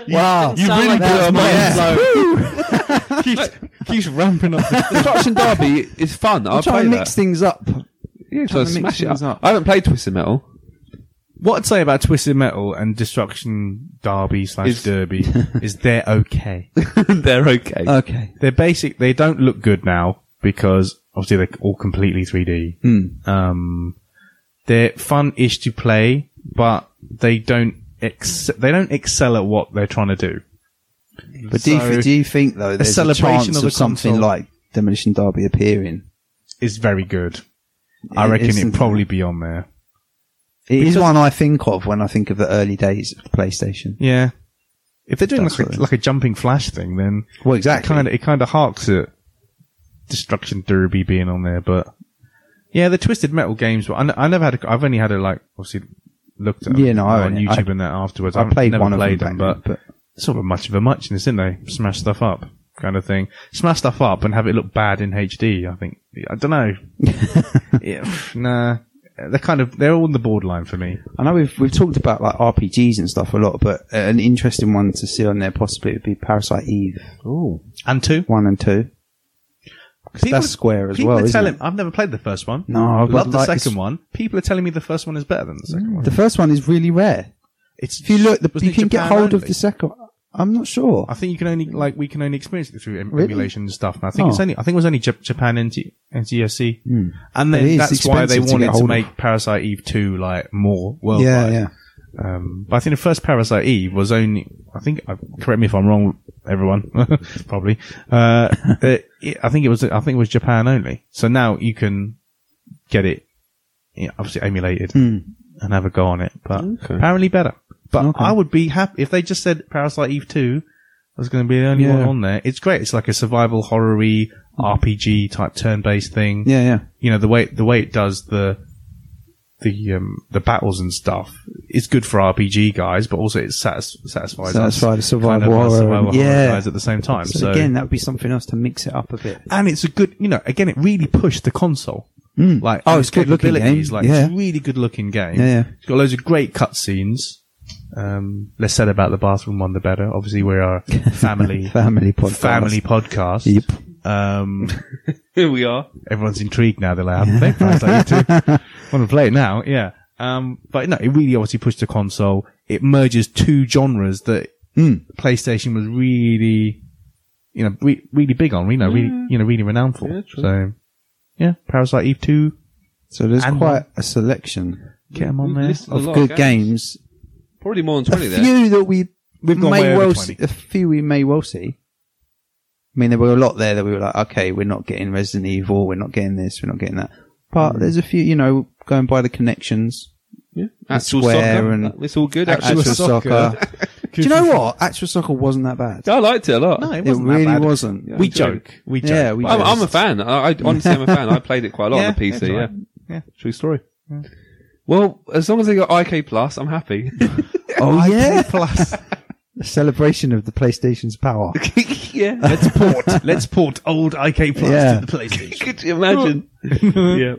C: wow,
E: you really blew our minds.
F: [LAUGHS]
D: Keeps, keeps ramping up.
F: Destruction Derby is fun. I'll
C: I'm trying
F: play
C: to
F: that.
C: mix things up.
F: yeah,
C: to
F: so
C: mix
F: smash it
C: things
F: up.
C: up.
F: I haven't played Twisted Metal. [LAUGHS]
D: what I'd say about Twisted Metal and Destruction Derby slash
F: Is-
D: Derby is they're okay.
F: They're okay.
C: Okay.
D: They're basic. They don't look good now because obviously they're all completely 3D.
C: Hmm.
D: Um, they're fun-ish to play, but they don't ex- they don't excel at what they're trying to do.
C: But do,
D: So-
C: you, do you think though there's a,
D: celebration
C: chance
D: of
C: of,
D: the
C: something
D: console.
C: like Demolition Derby appearing?
D: It's very good. I
C: It
D: reckon
C: isn't-
D: it'd probably be on there.
C: It is
D: Because-
C: one I think of when I think of the early days of the PlayStation.
D: Yeah. If they're doing
C: That's
D: like a,
C: what it-
D: like a jumping flash thing, then
C: Well, exactly.
D: Kind of it kind of harks at Destruction Derby being on there, but yeah, the Twisted Metal games. But I, n- I never had. A, I've only had a like obviously looked at
C: Yeah, no, I
D: on
C: only-
D: YouTube
C: I-
D: and that afterwards.
C: I
D: I've
C: played
D: never
C: one of
D: played
C: them,
D: but,
C: back then,
D: sort of much of a muchness, isn't they? Smash stuff up, kind of thing. Smash stuff up and have it look bad in HD. I think I don't know. [LAUGHS] yeah, pff, nah, they're kind of they're all on the borderline for me.
C: I know we've we've talked about like RPGs and stuff a lot, but an interesting one to see on there possibly would be Parasite Eve
F: Ooh.
D: And two,
C: one and two. 'Cause
D: People-
C: that's Square as
D: people
C: well,
D: are
C: isn't
D: telling.
C: it?
D: I've never played the first one.
C: No, I would
D: love the
C: like to
D: second
C: s-
D: one. People are telling me the first one is better than the second one.
C: The first one is really rare.
D: It's
C: If you look, the,
D: wasn't
C: you
D: it
C: can get
D: Japan
C: hold of
D: only?
C: the second. I'm not sure.
D: I think you can only like we can only experience it through em-
C: Really?
D: emulation and stuff. And I think it's
C: Oh. Hmm.
D: only I think it was only J- Japan and T- and TSC. And
C: It
D: then
C: is
D: that's why they
C: expensive to
D: wanted
C: get
D: to,
C: hold of.
D: make Parasite Eve two like more worldwide.
C: yeah, yeah.
D: Um, but I think the first Parasite Eve was only I think uh, correct me if I'm wrong, everyone [LAUGHS] probably. Uh, it, it- I think it was I think it was Japan only. So now you can get it you know, obviously emulated
C: Hmm.
D: and have a go on it, but apparently better. But I would be happy if they just said Parasite Eve 2 was going to be the only one
C: Yeah.
D: on there. It's great. It's like a survival horror RPG type turn based thing.
C: Yeah, yeah.
D: You know, the way, the way it does the, the, um, the battles and stuff is good for RPG guys, but also it satis- satisfies
C: Satisfies the
D: us.
C: survival
D: kind of us
C: horror.
D: survival horror
C: Yeah.
D: guys at the same time.
C: So,
D: So,
C: again, that would be something else to mix it up a bit.
D: and it's a good, you know, again, it really pushed the console. Like,
C: Oh,
D: and
C: it's good looking game.
D: capabilities, Like,
C: Yeah.
D: it's a really good looking game.
C: Yeah, yeah.
D: It's got loads of great cutscenes. Um, less said about the bathroom one, the better. Obviously, we
C: [LAUGHS]
D: are a family,
C: Family podcast.
D: family podcast.
C: Yep.
D: Um,
F: [LAUGHS] Here we are.
D: everyone's intrigued now. They're like, I haven't played Parasite Eve 2.
C: [LAUGHS]
D: Want to play it now? Yeah. Um, but no, it really obviously pushed the console. It merges two genres that
C: Hmm.
D: PlayStation was really, you know, re- really big on. You know, really, you know, really renowned for. so, yeah, Parasite Eve two.
C: So there's
D: And-
C: quite a selection
D: Get them on there.
F: This is a
C: of
F: lot
C: good
F: of
C: games.
F: Probably more than
C: A
F: 20 there.
C: few that we
D: We've gone way
C: may
D: over
C: well
D: 20.
C: see, a few we may well see. I mean, there were a lot there that we were like, okay, we're not getting Resident Evil, we're not getting this, we're not getting that. But
D: Hmm.
C: there's a few, you know, going by the connections.
F: Yeah. Actual
C: Square
F: soccer.
C: and-
F: It's all good.
D: Actual
F: Actual,
D: soccer. [LAUGHS]
C: soccer, Do you know what? Actual soccer wasn't that bad.
F: I liked it a lot.
D: No, it
C: It,
D: wasn't. that
C: really
D: bad.
C: wasn't.
D: We joke. We joke.
C: Yeah, we
F: I'm,
C: joke.
F: I'm a fan. I, I honestly am a fan. I played it quite
C: [LAUGHS]
F: a lot on the PC. Yeah,
D: Yeah.
F: true story. Well, as long as they got IK Plus,
C: [LAUGHS]
F: I'm happy.
C: Oh yeah.
D: Plus,
C: A celebration of [LAUGHS] the PlayStation's
D: [LAUGHS]
C: power.
F: yeah,
C: [LAUGHS]
D: let's port. let's port old IK Plus
C: Yeah.
D: to the PlayStation.
F: could you imagine? yeah,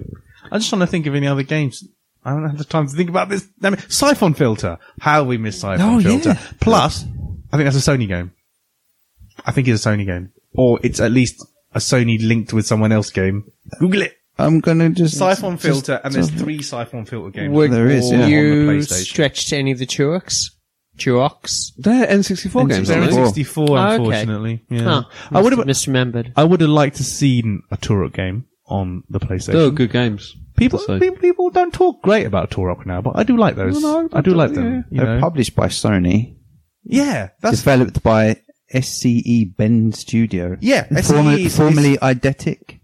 D: I'm just trying to think of any other games. I don't have the time to think about this. I mean, Siphon Filter. How we missed Siphon
C: Oh,
D: Filter.
C: yeah.
D: Plus, I think that's a Sony game. I think it's a Sony game, or it's at least a Sony linked with someone else game. Google it.
C: I'm gonna just
D: Siphon
C: just-
D: Filter, and there's three Siphon Filter games.
C: Would There is, yeah.
D: all on the
E: You
D: PlayStation.
E: stretched to any of the Chuoks? Chuoks?
F: they're N64 games.
D: They're
F: Aren't
D: in
F: they?
D: 64,
E: Oh, okay.
D: unfortunately. Yeah.
E: Huh.
D: I would have.
E: misremembered.
D: I would have liked to seen a Turok game on the PlayStation.
F: They're Oh, good games.
D: people,
F: So-
D: people, people don't talk great about Turok now, but I do like those. I do like them. you
C: They're
D: know?
C: uh, published by Sony,
D: yeah, that's
C: developed by SCE Ben Studio.
D: Yeah, SCE
C: formerly,
D: is-
C: formerly Eidetic.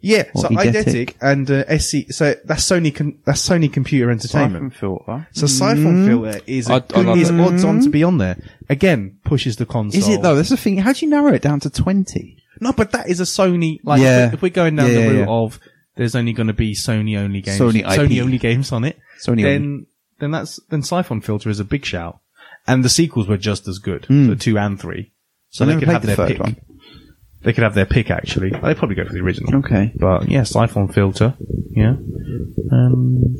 D: yeah.
C: Or
D: So
C: Eidetic.
D: Eidetic and uh, SC. So that's Sony. Con- that's Sony Computer Entertainment.
C: filter.
D: So
C: Mm.
D: Siphon Filter is a
F: I- I
D: good,
F: love
D: is
F: it.
D: odds on to be on there. Again, pushes the console.
C: Is it though? That's the thing. How do you narrow it down to twenty?
D: No, but that is a Sony. Like,
C: Yeah.
D: if, we, if we're going down
C: Yeah,
D: the
C: yeah,
D: route
C: yeah.
D: of there's only going to be Sony only games,
C: Sony IP.
D: only games on it,
C: Sony
D: then
C: only.
D: then that's then Siphon Filter is a big shout, and the sequels were just as good, so two and three. So
C: Hmm. I
D: they
C: never
D: could have
C: played the
D: their
C: third
D: pick.
C: one.
D: They could have their pick actually. They probably go for the original.
C: Okay.
D: But yeah, siphon filter. Yeah. Um,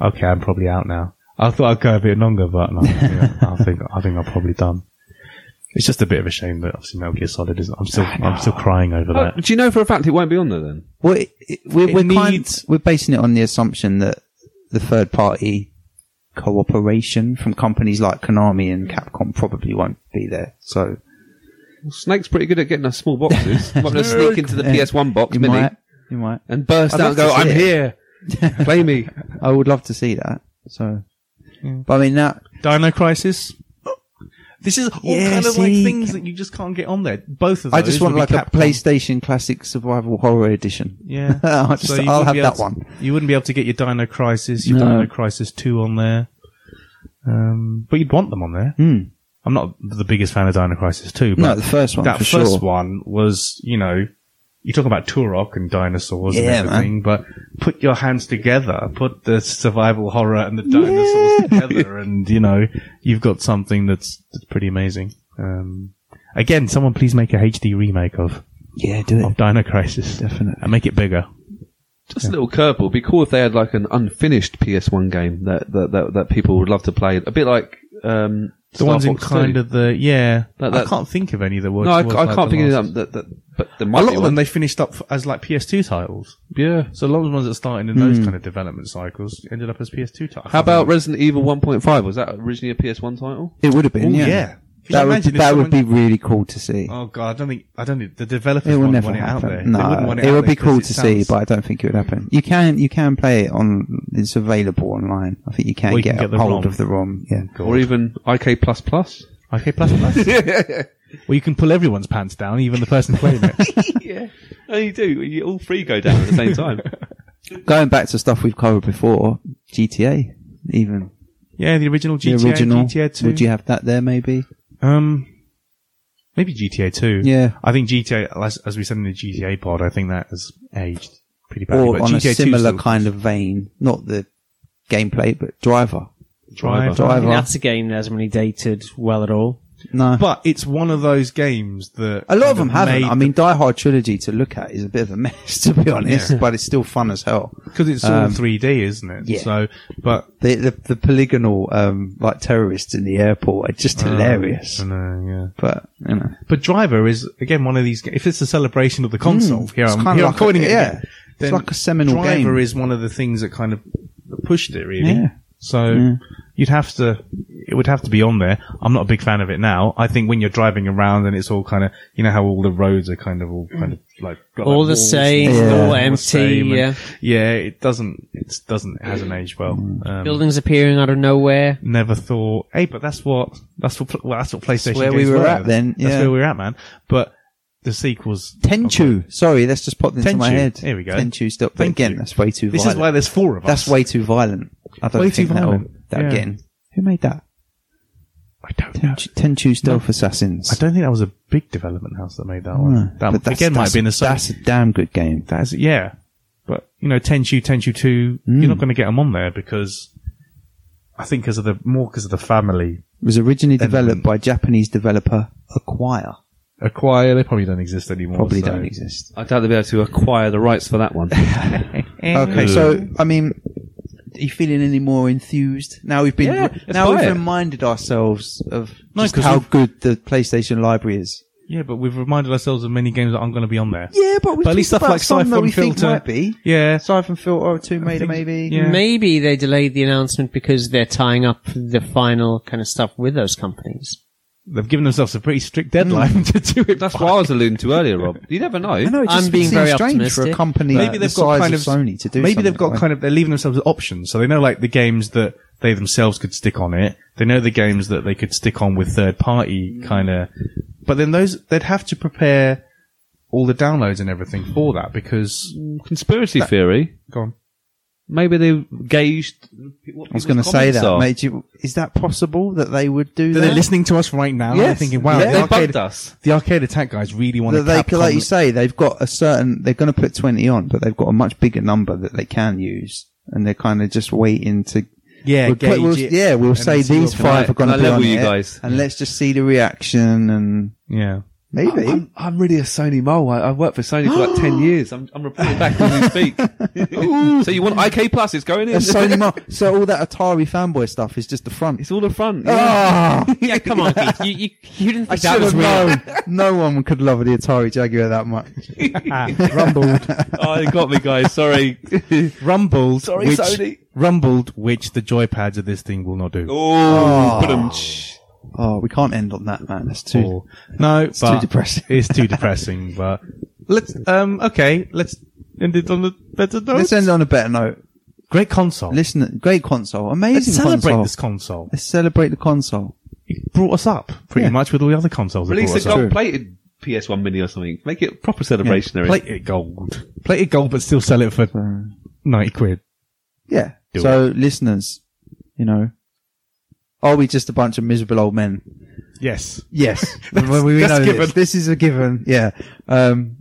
D: okay, I'm probably out now. I thought I'd go a bit longer, but no, yeah, I think I think I'm probably done. It's just a bit of a shame that obviously Metal Gear Solid is. I'm still I'm still crying over
F: Oh,
D: that.
F: do you know for a fact it won't be on there then?
C: Well, it, it- we're,
D: It
C: we're, kind-
D: needs-
C: we're basing it on the assumption that the third party cooperation from companies like Konami and Capcom probably won't be there. So
F: Well, Snake's pretty good at getting us
C: [LAUGHS]
F: small boxes. Might want to sneak into the
C: Yeah.
F: PS1 box
C: you
F: mini
C: might, you might.
F: and burst
C: I'd
F: out
C: love
F: and
C: to
F: go,
C: see
F: "I'm
C: it."
F: here,
C: [LAUGHS]
F: play me."
C: I would love to see that. So, but I mean that
D: Dino Crisis. This is all
C: Yeah,
D: kind of like
C: see,
D: things that you just can't get on there. Both of those.
C: I just want
D: would be
C: like
D: Capcom.
C: a PlayStation Classic Survival Horror Edition. [LAUGHS]
D: Yeah.
C: I'll, just,
D: So you
C: I'll
D: wouldn't
C: have
D: be
C: that
D: able
C: one.
D: to- You wouldn't be able to get your Dino Crisis, your
C: No.
D: Dino Crisis 2 on there. Um, but you'd want them on there. I'm not the biggest fan of Dino Crisis 2, but
C: Hmm. No, the first one
D: that
C: for
D: first
C: sure.
D: one was, you know, you talk about Turok and dinosaurs
C: Yeah,
D: and everything, but put your hands together, put the survival horror and the dinosaurs together, and you know, you've got something that's, that's pretty amazing. Um, again, someone please make a HD remake of,
C: Yeah, do
D: of
C: it.
D: Dino Crisis.
C: Definitely.
D: And make it bigger.
F: Just a little curveball. It'd be cool if they had like an unfinished PS1 game that that, that, that people would love to play. A bit like um,
D: The ones in kind of the yeah.
F: That-
D: I
F: that-
D: can't think of any of the works.
F: No, I, I
D: towards, like,
F: can't
D: the
F: think of
D: last-
F: them. That, that, but there
D: A
F: might
D: lot
F: be
D: of
F: one.
D: them they finished up f- as like PS2 titles.
F: yeah.
D: So a lot of the ones that started in
C: Hmm.
D: those kind of development cycles ended up as PS2 titles.
F: How about Resident Evil 1.5? Was that originally a PS1 title?
C: It would have been.
D: Oh,
C: yeah.
D: yeah. Could
C: That
D: you
C: would
D: imagine if
C: that would be
D: someone-
C: really cool to see.
D: Oh god, I don't think I don't think the developers
C: it will
D: wouldn't
C: never
D: want it out there.
C: happen.
D: They wouldn't
C: No,
D: want
C: it, would
D: out
C: be
D: there 'cause
C: cool
D: it
C: to see,
D: sounds-
C: but I don't think it would happen. You can you can play it on. It's available online. I think you can
D: Or you
C: get,
D: can get the
C: hold
D: ROM.
C: of the ROM. Yeah.
F: Or even IK Plus Plus?
D: okay, plus [LAUGHS] plus. Well, you can pull everyone's pants down, even the person playing
C: [LAUGHS]
D: it.
F: yeah. No, Oh, you do. You, all three go down at the same time.
C: Going back to stuff we've covered before, GTA even
D: yeah, the original
C: the
D: GTA,
C: original.
D: GTA Two.
C: Would you have that there maybe?
D: Um, maybe GTA Two.
C: Yeah.
D: I think GTA, as, as we said in the GTA pod, I think that has aged pretty badly.
C: Or
D: but
C: on
D: GTA
C: a similar
D: 2 's
C: kind of vein, not the gameplay, but driver.
D: still driver.
E: I mean,
C: Driver.
E: that's a game that hasn't really dated well at all.
C: No.
D: But it's one of those games that
C: A lot
D: kind
C: of them haven't.
D: made-
C: I mean, Die Hard trilogy to look at is a [LAUGHS] bit of a mess, to be honest, but it's still fun as hell.
D: because it's all 3D, isn't it?
C: um, yeah.
D: So, but
C: The, the the polygonal um like terrorists in the airport are just hilarious.
D: I know, yeah.
C: But you know,
D: But Driver is again one of these. ga- If it's a celebration of the console, here
C: Mm. It's
D: I'm,
C: kinda
D: here I'm
C: like a-
D: calling it.
C: yeah.
D: again,
C: It's like a seminal
D: Driver
C: game.
D: is one of the things that kind of pushed it, really.
C: Yeah.
D: So you'd have to, it would have to be on there. I'm not a big fan of it now. I think when you're driving around and it's all kind of, you know how all the roads are kind of all kind of like got
E: All
D: like
E: the
D: walls
E: same,
D: and
E: all
D: the
E: empty,
D: same and-
E: yeah.
D: yeah. It doesn't, it doesn't, it hasn't aged well.
C: Mm.
D: Um,
E: Buildings appearing out of nowhere.
D: never thought, hey, but that's what that's what well, that's what PlayStation
C: where
D: games
C: we were at
D: That's-
C: then,
D: That's
C: yeah.
D: where we were at, man. But the sequels,
C: Tenchu. Sorry, that's just popped into my
D: Tenchu.
C: head.
D: Here we go.
C: Tenchu still, but
D: Tenchu.
C: again, that's way too.
D: this
C: violent.
D: is why there's four of us.
C: that's way too violent. I don't
D: Way too
C: think that'll,
D: violent.
C: that
D: Yeah.
C: again. Who made that?
D: I don't know.
C: Tenchu, Tenchu Stealth Assassins.
D: I don't think that was a big development house that made that one.
C: No.
D: That
C: But that's-
D: again might
C: that's-
D: have been a sub-
C: That's a damn good game.
D: That's yeah, but you know, Tenchu, Tenchu Two, you're
C: Mm.
D: not going to get them on there because I think because of the more because of the family
C: It was originally
D: Then-
C: developed by Japanese developer Acquire.
D: acquire. They probably don't exist anymore.
C: Probably
D: so-
C: don't exist.
F: [LAUGHS] I doubt they'll be able to acquire the rights for that one.
C: Okay, so I mean, are you feeling any more enthused now? We've been
F: Yeah, let's
C: now
F: buy
C: we've
F: it.
C: reminded ourselves of
D: No,
C: just
D: 'cause
C: how
D: we've-
C: good the PlayStation library is.
D: Yeah, but we've reminded ourselves of many games that aren't going to be on there.
C: Yeah, but, we've
D: But at least
C: talked
D: stuff
C: about
D: like
C: some that
D: Siphon
C: we think
D: Filter.
C: might be
D: Yeah,
C: Siphon Filter or Tomb Raider, maybe.
D: yeah.
E: Maybe they delayed the announcement because they're tying up the final kind of stuff with those companies.
D: they've given themselves a pretty strict deadline [LAUGHS] to do it.
F: That's what I was alluding to earlier, Rob. You never know.
C: I know, it
E: I'm
C: just
E: being
C: seems
E: very
C: strange for a
E: optimistic.
C: company
D: maybe
C: the
D: they've
C: size
D: got kind of,
C: Sony to do.
D: Maybe they've got kind of they're leaving themselves options, so they know like the games that they themselves could stick on it. They know the games that they could stick on with third party kind of. But then those they'd have to prepare all the downloads and everything for that because
F: Conspiracy theory.
D: go on.
F: Maybe they gauged.
C: I was going to say that. Mate, do you, is that possible that they would do
D: They're
C: that?
D: listening to us right now. and They're
C: Yes.
D: thinking, wow,
C: Yeah.
D: the,
F: They
D: arcade,
F: bugged us.
D: the arcade attack guys really want
C: that
D: to.
C: they,
D: Capcom-
C: like you say, they've got a certain. They're going to put twenty on, but they've got a much bigger number that they can use, and they're kind of just waiting to.
D: yeah,
C: we'll put-
D: gauge
C: we'll-
D: it
C: yeah, we'll
D: and
C: say
D: then see
C: these
D: what-
C: five
F: I-
C: are going to
F: can I
C: be
F: level
C: on
F: you
C: it,
F: guys?
C: and let's just see the reaction and
D: Yeah.
C: maybe.
F: I'm, I'm really a Sony mole. I, I worked for Sony for like
C: [GASPS]
F: 10 years. I'm, I'm reporting back as
C: [LAUGHS]
F: we speak. [LAUGHS] so you want IK Plus? It's going in.
C: There's [LAUGHS] so,
F: [LAUGHS]
C: many more. so all that Atari fanboy stuff is just the front.
F: It's all the front.
C: Ah!
E: [LAUGHS]
F: Oh,
E: Yeah, come on, Keith. You, you, you didn't
C: I
E: think that
C: should
E: was
C: have
E: real.
C: known. No one could love the Atari Jaguar that much.
D: Ah,
F: oh, you got me, guys. Sorry.
D: Rumbled,
F: Sorry,
D: which,
F: Sony.
D: rumbled, which the joypads of this thing will not do.
F: Oh,
C: Oh, we can't end on that, man. That's too.
D: Or- no, it's
C: too depressing.
D: it's too depressing. But let's um okay, let's end it on the better note.
C: Let's end on a better note.
D: Great console.
C: Listen, great console, amazing
D: let's celebrate
C: console.
D: this console.
C: Let's celebrate the console.
D: It brought us up pretty
C: Yeah.
D: much with all the other consoles. that
F: Release
D: brought us
F: a
D: up.
F: gold plated PS1 mini or something. Make it proper celebrationary.
D: Plate it gold. Plate it gold, but still sell it for ninety quid.
C: Yeah.
D: Do
C: so, listeners, you know, are we just a bunch of miserable old men?
D: Yes.
C: Yes. Well, we
D: [LAUGHS] that's
C: know this.
D: given.
C: This is a given. Yeah. Um,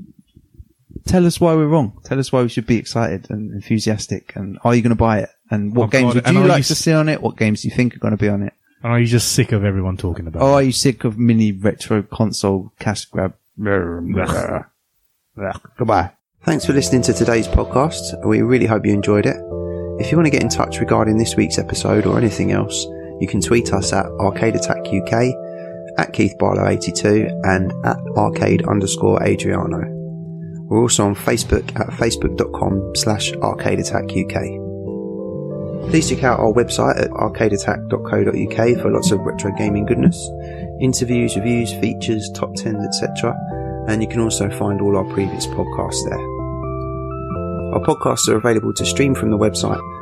C: tell us why we're wrong. Tell us why we should be excited and enthusiastic. And are you going to buy it? And what
D: Oh,
C: games
D: God.
C: would
D: And
C: you
D: are
C: like
D: you
C: to
D: s-
C: see on it? What games do you think are going to be on it?
D: And are you just sick of everyone talking about?
C: Or
D: it?
C: are you sick of mini retro console
D: [LAUGHS]
C: cash grab? [LAUGHS] Goodbye.
G: Thanks for listening to today's podcast. We really hope you enjoyed it. If you want to get in touch regarding this week's episode or anything else, you can tweet us at Arcade Attack UK, at Keith Barlow 82, and at arcade underscore Adriano. We're also on Facebook at facebook.com slash arcade attack UK. Please check out our website at arcadeattack.co.uk for lots of retro gaming goodness, interviews, reviews, features, top 10s, etc. And you can also find all our previous podcasts there. Our podcasts are available to stream from the website